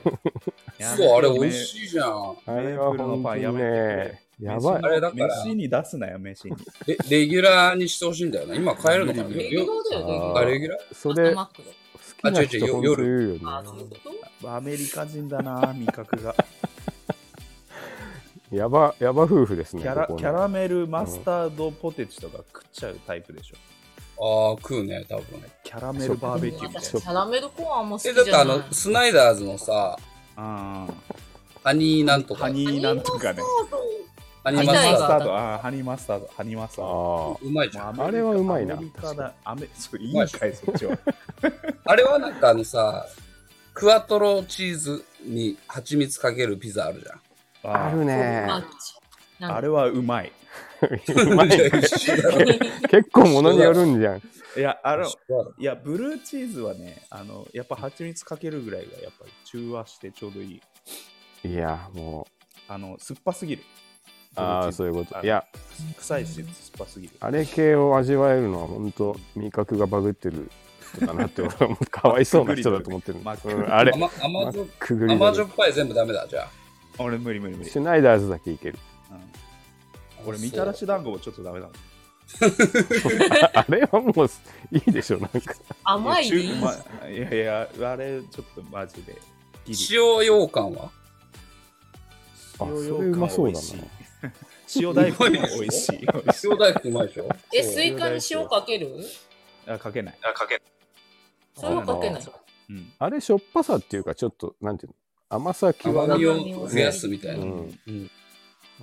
C: そう、あれ美味しいじゃん。
B: あれは本当にねやばい
C: あれだから
A: 飯に出すなよ、飯 に。
C: レレギュラーにしてほしいんだよね。今買えるのかな
D: レギュラ
C: よ
D: ーだよ、レギュ
C: あ
D: ラー。
C: レギュラー
B: それ
D: マ
B: 好
D: ックだ
B: きな人
C: あ違う違う
B: ほんと言うよね
D: あ、そういうこと
A: アメリカ人だな、味覚が。
B: やば、やば夫婦です
A: キ
B: ね。
A: ャラ
B: こ
A: キ
B: こね
A: ャラメルマスタードポテチとか食っちゃうタイプでしょ
C: ああ、食うね、多分。
A: キャラメルバーベキューみたい
D: 私
A: な
B: そ
D: キャラメルコーンあんま好きじ
C: え、
D: ゃな
C: だ
D: い
C: ってあの、スナイダーズのさ、
A: あ
C: ハニーなん
A: ー
C: とか、
A: ハ
C: ハニ
A: ニーなんとかねハ
C: ー
A: ニー
C: マ
A: マ
C: ス
A: ス
C: ター
A: タードあーハニーマスタードハニーマスタード
B: あ
C: ド。うまいじ
A: も
C: ゃ。
A: うんアメリカ
B: あれはうまいな
A: アメリカ
B: 確か
A: だアメそういいんかいそっち は
C: あれはなんかあのさ、クワトロチーズに蜂蜜かけるピザあるじゃん。
B: あ。あるね。
A: あーあれはうまいう
B: まいね
C: 一緒だろ
B: 結構ものによるんじゃん。
A: いやあの
C: 一緒だろ
A: いやブルーチーズはねあのやっぱ蜂蜜かけるぐらいがやっぱり中和してちょうどいい
B: いや、もう、
A: あの酸っぱすぎる
B: ああ、
A: ブルーチーズ
B: そういうこと。
A: あ
B: いや、
A: 臭いし酸っぱすぎる
B: あれ系を味わえるのは本当味覚がバグってる人だなって俺はもうかわいそうな人だと思ってる、
A: マックグリ
B: う
A: ル
B: ん、あれ
C: 甘甘じょ
B: くぐり
C: 甘じょっぱい全部ダメだじゃあ。
A: 俺無理無理無理
B: シュナイダーズだけいける
A: うん俺みたらし団子もちょっとダメだもん
B: ああれはもういいでしょなんか
D: 甘いでい
A: 中
D: いじゃん
A: まいやいやあれちょっとマジでギリ
C: 塩羊羹は
B: あ
A: 塩
B: それうまそうだな
A: 塩大福も美味しい
C: 塩大福うまいでしょ
D: えスイカに塩かける
A: あかけないあかけない
D: それはかけない
A: うん
B: あれしょっぱさっていうかちょっとなんていうの甘さ際
C: 甘
B: が
C: みを増やすみたいな。
B: う
C: うん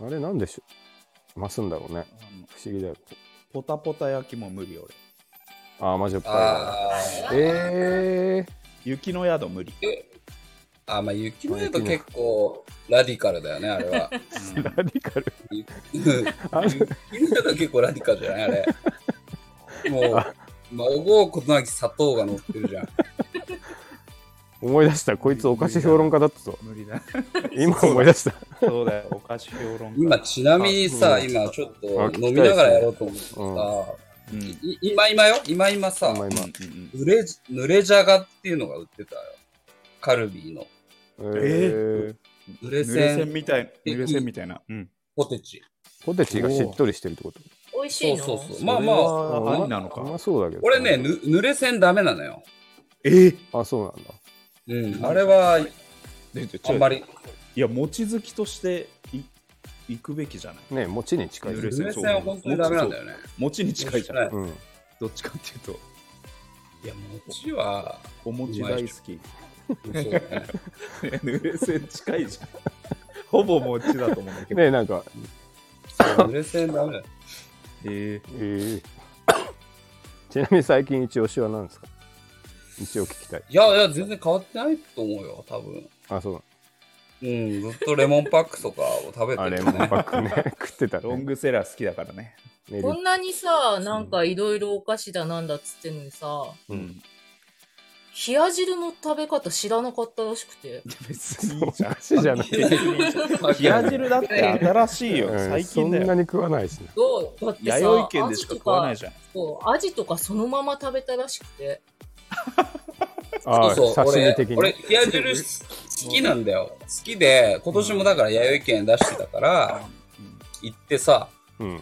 B: あれなんでしょ増すんだろうね
A: あの
B: 不思議だよ
A: ポタポタ焼きも無理俺
B: あ甘じょっぱいな
C: あー
B: え
A: 雪の宿無理
C: あー、まあ雪の宿結構ラディカルだよね、あれは。
B: ー、ラディカル
C: うん
B: あれ
C: 雪の宿結構ラディカルじゃないあれ。もう、まあ、おごうことなき砂糖が乗ってるじゃん。
B: 思い出したこいつお菓子評論家だったぞ
A: 無理だ
B: 今思い出した
A: そうだよお菓子評論家
C: 今、ちなみにさ、
B: あうん
C: 今ちょっ
B: あ聞
C: と
B: きたい
C: 飲みながらやろうと思ってさ、
A: うん
C: い今今よ、今今さ、
B: 今今
A: うん
C: 濡れ、濡れじゃがっていうのが売ってたよ。カルビーの。
B: え
A: ー
C: 濡
A: う
C: れ
A: ん、濡れ
C: せ
A: 線
C: ん
A: みたい濡れ線みたいな、うん、
C: ポテチ。
B: ポテチがしっとりしてるってこと
D: 美味しい
C: そう
D: の
C: そうそう。まあ
A: それ
C: まあ、
A: はありなのか
B: うまそうだけど。
C: 俺ね、ぬ濡れせんダメなのよ。
A: えー、
B: あ、そうなんだ。
C: うん。あれは、
A: ででち
C: あ
A: ょ
C: んまり。
A: いや餅好きとしてい行くべきじゃない
B: ね、餅に近い。
A: ぬ
B: う
A: れ
C: 濡れせ
A: そ
C: ん
A: う
C: は本当にダメなんだよね。
A: 餅に近いじゃ
C: は
A: ん
C: い
B: ん。
A: どっちかっていうと
C: いや、餅は、
A: お餅大好 き
C: そうね。
A: 濡れ線近いじゃんほぼ餅だと思うんだけど、
B: ね、なんか、
C: 濡れせんダメだよ。
A: えー
B: え ーちなみに最近一押しは何ですか一応聞きたい。
C: いやいや、全然変わってないと思うよ、多分。
B: あ、そう
C: うん、ずっとレモンパックとかを食べ
B: だ。あ
C: てる
B: れ
C: よ
B: も
C: ね。
B: バックね、 食ってた
A: ロン
B: ね。
A: グセラー好きだからね、
B: ね
D: こんなにさなんかいろいろお菓子だなんだっつってんのにさ
B: うん
D: 冷や汁の食べ方知らなかったらしくて
A: 別
B: そ
A: に
B: う
A: いい
B: お
A: じゃん
B: 菓子じゃな い。
A: 冷や汁だって新しいよ
B: うん
A: 最近だ
B: そんな
A: よ
B: に食わないしね。
D: どうだってさ
A: 弥生県でしか食わないじゃん
D: そうアジとかそのまま食べたらしくて
B: あ
C: そう
B: ー、
C: そう、
B: 刺身
C: 俺
B: 的、に。
C: 俺冷や汁好きなんだよ。好きで、今年もだから弥生県出してたから、行ってさ、
B: うん。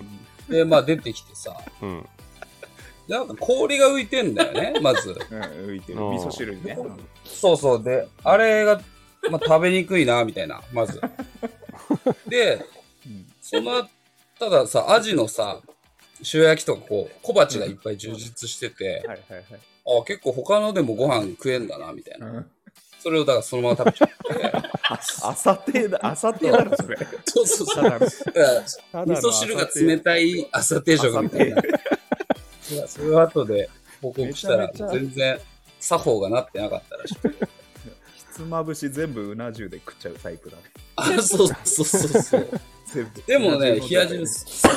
C: で、まあ出てきてさ、
B: うん。
C: なんか氷が浮いてんだよね、まず。
A: うん浮いてる
B: うん
A: 味噌汁にね
C: そうそう、で、あれが、まあ食べにくいな、みたいな、まず。で、
A: うん
C: その、たださ、アジのさ、塩焼きとかこう、小鉢がいっぱい充実してて、
A: はいはいはい
C: あ結構他のでもご飯食えんだな、みたいな。
A: うん
C: それをだからそのまま食べ ちゃって。
A: 朝亭だ 朝亭だろそれ
C: そうそうそう。
A: ただのただの
C: 味噌汁が冷たい朝定食みたいな。いやそれは後で報告したら
A: めちゃ、めちゃ
C: 全然作法がなってなかったらしい。
A: ひつまぶし全部うな重で食っちゃうタイプだね
C: あ、そうそうそうそう。
A: 全部
C: でもね、
A: うな重
C: 冷
A: の
C: や汁好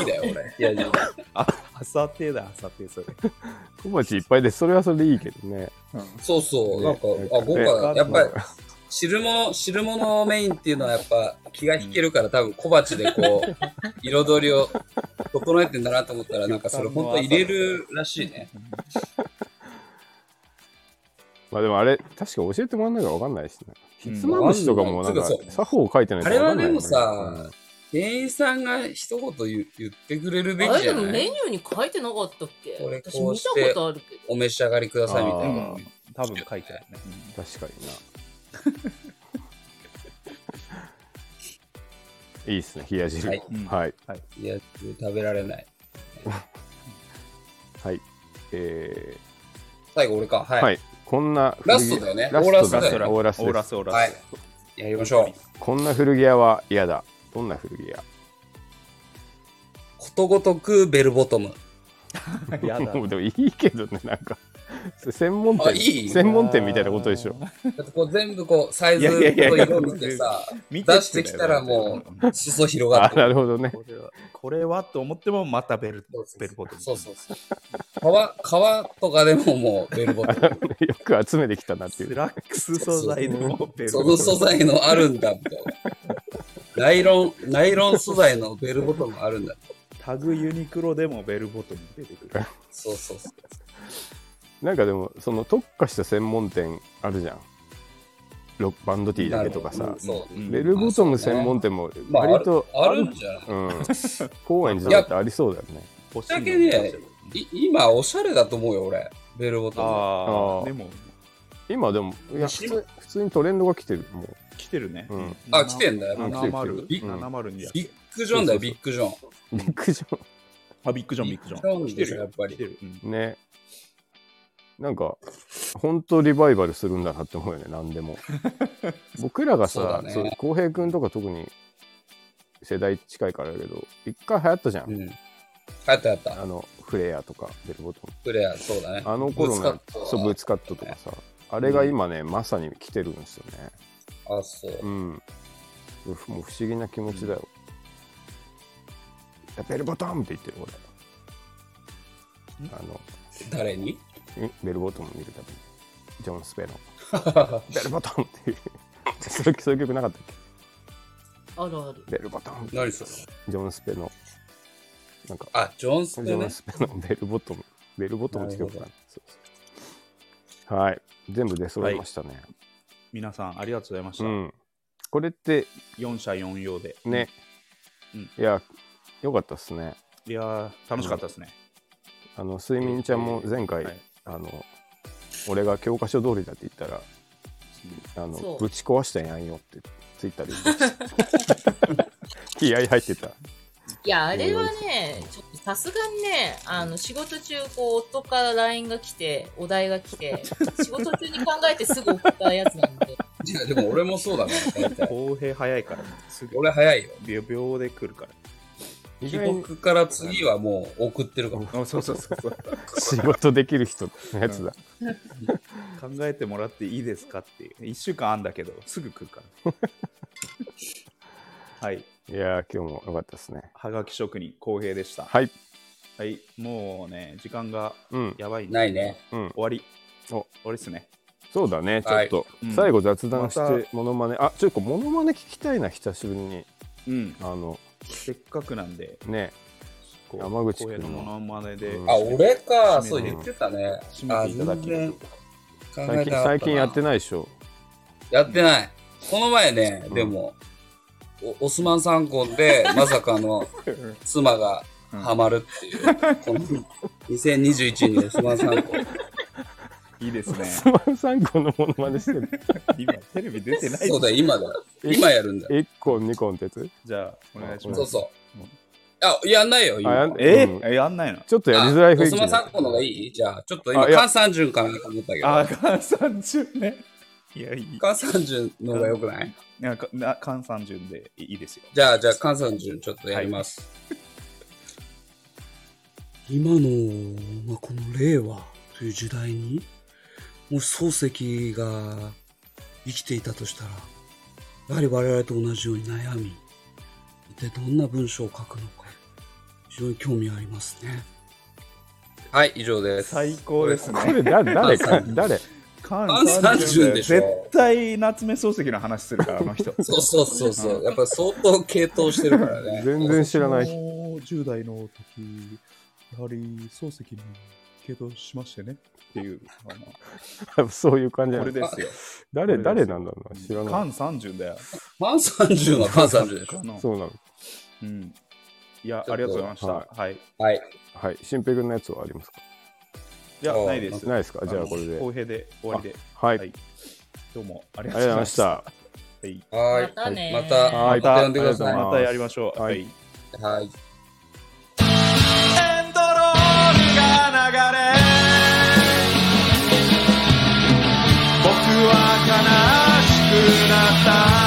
C: きだよ、 俺。冷や汁。
A: あ朝亭だ朝亭それ
B: 小鉢いっぱいで、それはそれでいいけどね。
C: そうそう、
B: ね
C: なんか、あ、豪華だ。
A: ね
C: やっぱり、汁物、汁物メインっていうのはやっぱ気が引けるから、多分小鉢でこう、 彩りを整えてんだなと思ったら、なんかそれ本当入れるらしいね。
B: まあでもあれ、確か教えてもらわないからわかんないしね。ひつまぶしとかもなん
C: うんわ
B: か
C: かんない、
B: 作法書いてないとわかんないんね
C: あれはでもさ、店員さんが一言言う言ってくれるべ
D: あ
C: きじ
D: れで
C: ゃ
D: も
C: な
D: メニ
C: い
D: ューに書いてなかったっけ
C: これ
D: 私
C: こう
D: 見
C: したて
D: ことあるけど
C: お召し上がりくださいみた
A: う
C: い
A: ん
C: な。
A: うん多分書いてあるね
B: 確かにな。いいですね、冷や汁。
C: は
B: はいい。
A: うん
B: はい。
C: いや、食べられない。
B: え
C: 最後俺か。は
B: ー
C: い。
B: はい。こんな古着
C: ラストだよね
B: ラス
C: オーラ
B: ト
C: スだ
B: だ
A: ラス
C: よ
A: ト
B: ね。
C: ね
A: ラ
B: オーラス
A: オーラ
B: です。
A: スオーラス、
C: はいやりましょう。
B: こんな古着屋は嫌だ。どんな古着屋
C: ことごとくベルボトム。
A: やだ
B: も うでもいいけどね、なんか。それ専門
C: あいい
B: 店、専門店みたいなことでしょ。
C: だってこう全部こう、サイズ
A: いやいや
C: と
A: いや
C: 色見てさ、
A: 見
C: 出してきたらもう、裾広が
B: あ
C: っ、て
B: な
C: る。
B: るほどね。
A: これはこれはと思ってもまたベルベルボトム
C: そうそうそう。皮、皮とかでももうベルボトム。
B: よく集めてきたなってい
A: ス
B: う。
A: ラックス素材のベル
C: そ
A: ボ
C: の
A: ト
C: 素
A: ム
C: 材のあるんだみたいな。ナイロン、ナイロン素材のベルボトムあるんだ。
A: タグユニクロでもベルボトム出てくる
C: そうそうそう。
B: なんかでも、その特化した専門店あるじゃん。ロックバンドティーだけとか
C: なる
B: さ
C: ほ。どそう
A: うん
B: ベルボトム専門店も
C: まあ、あ
B: 割
C: る
B: と、
C: あるんじゃない
B: うん。高円寺だってありそうだよね。
A: 欲し
C: だ
A: い
C: け
A: のに
C: ね、い今、おしゃれだと思うよ、俺。ベルボト
A: あ
B: あ
A: あ
B: ー
A: でも
B: 今でも、いや、普通普通にトレンドが来てる。もう。
A: 来てるね
B: うん
C: ム。あ、来てんだよ。
B: うん
C: なんか
A: 7070
C: ビ
A: ビ
B: ッグ
A: ッ
C: ビッグジョンだよ、ビッグジョン。
B: ビッグジョ
A: あビッグジョンビッグジ
C: ビッ
A: ョ
C: グ
A: ン
C: ジ
A: 来
C: ョン
A: てるよ
C: やっぱり
A: 来てるうん
B: ン。ね。なんか、本当リバイバルするんだなって思うよね、何でも。僕らがさ、
C: そうだね
B: 浩平君とか特に世代近いからだけど、一回流行ったじゃん。
C: うん。あったあった。
B: あの、フレアとか、ベルボトム。
C: プレイヤー、そうだね。
B: あの頃の、そう、ブー
C: ツ
B: ツカットとかさ、あれが今ね、まさに来てるんですよね。
C: カット。あ、そう。
B: うん。もう不思議な気持ちだよ。ベルボトムって言ってる、俺。あの、
C: 誰に
B: にベルボトム見るたびにジョン・スペの 「ベルボトム」っていう そういうそういう曲なかったっ
D: あるある
B: けベルボトム
C: 何それ
B: ジョン・スペのなんか
C: あ、ジョン
B: ジ
C: スペ
B: ョ
C: ね
B: ン・。スペのベルボトムベルボトムって曲か
C: な
B: な
C: る
B: そうそうはい全部出揃いましたね、
A: 皆さんありがとうございまし
B: う
A: た
B: んこれって
A: 4社4用で
B: ね、
A: うん
B: いやよかったっすね
A: いやー楽しかったですね
B: あの睡眠ちゃんも前回、
A: はい
B: あの俺が教科書通りだって言ったらあ
D: そ
B: の
D: う
B: ぶち壊したやんよってツイッターで言ってました気合い入ってた
D: いや、あれはね、ちょっとさすがにね、あの、仕事中、こう、夫から LINE が来て、お題が来 て、仕事中に考えてすぐ送ったやつなんで、
C: いや、でも俺もそうだから、大体。
A: 公平早いからねすぐ
C: 俺早いよ。
A: 秒秒で来るから
B: 意
C: 帰
B: 外に
C: 国から次はもう送ってるかも。
A: あそうそうそうそう
B: 仕事できる人のやつだ、
A: 考えてもらっていいですかっていう1週間あんだけどすぐ来るから はい
B: いやー今日も良かったですね
A: はがき職人公平でしたは
B: はい
A: い、もうね時間が
B: うん
A: やばいんで
C: ないね。
B: うん
A: 終わり
B: お
A: 終わりっすね
B: そうだねちょっと、
A: いうん
B: 最後雑談して、
A: ま
B: モノマネあちょっとモノマネ聞きたいな久しぶりに
A: うん
B: あの
A: せっかくなんで
B: ね
A: こう
B: 山口
A: 公
B: 君
A: 平の
B: の
A: モノマネで、
B: うん
C: あ、俺か。
A: 締めて
C: そう言ってたね。
A: 締
C: あ、
A: めていただ
C: 全
A: きま
C: 然
A: しょ
C: 考え
B: 最近
C: てなかったな
B: 最近やってないでし ょ
C: やってない。この前ね、
B: うん
C: でも、おオスマン参考で、まさかの
A: う
C: 妻がハマるっていう、この2021にオスマ ン参考。
A: いいですね
B: スマン参考のモノマネしてる
A: 今テレビ出てないです
C: そうだよ、今だよ。今やるんだよ。
B: 1個2個のやつ
A: じゃあお願いしま
B: ん
A: す
C: そうそう
A: うん。
C: あ、やんないよ、今。
B: あやん
A: え
B: うん
A: ー、やんないの
B: ちょっとやりづらい雰囲気
C: あオス
B: に
C: マン参考の方がいいじゃあ、ちょっと今、
B: あいや
C: 関三順かなと思ったけど。
A: あー関三十ねいやいい
C: 関三順の方が良くない
A: なんかな関三十でいいですよ
C: じゃあ、じゃあ、関三順ちょっとやります。 今の、まあ、この令和という時代に、もし漱石が生きていたとしたら、やはり我々と同じように悩み、一体どんな文章を書くのか、非常に興味ありますね。はい、以上です。
A: 最高です
B: こ
A: ね
B: れ誰誰か
C: 関
B: 誰
A: 関
C: 関30でしょ
A: 絶対夏目漱石の話するからあの人
C: そうそうそうそう。やっぱり相当傾倒してるから ね。
B: 全然知らない人
A: 10代の時やはり漱石に傾倒しましてねっていうあの
B: そういう感じな
A: こ
B: の
A: れですよ
B: 誰誰なんだろうな知らない
A: 関30だよ
C: 関三十は関三十でしょ。
A: の
B: そうなの
A: うんいや
C: ちょっと
A: ありがとうございました
B: は
A: はい
C: はい。
B: はい新平君のやつはありますか
A: いや
C: あー
A: ないです
B: ないですかじゃあこれで
A: 公平で終わりで
B: はい、
A: はいどうもあり
B: ありが
A: が
B: と
A: とうござ
B: うござい
A: いま
B: ま
A: し
B: し
A: たた
E: はい。
C: は
D: またね
C: い。また、
B: はい
C: また呼んでください。
E: またやりましょう。
B: はい
E: は
C: は
E: い
C: い。
E: エンドロールが流れ僕は悲しくなった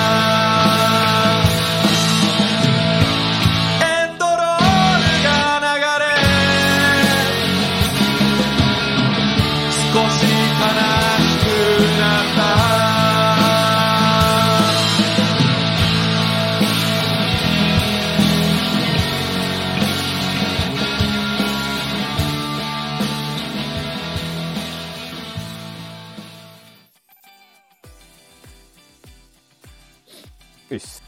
E: エンドロールが流れ少し悲しくなった
B: よし。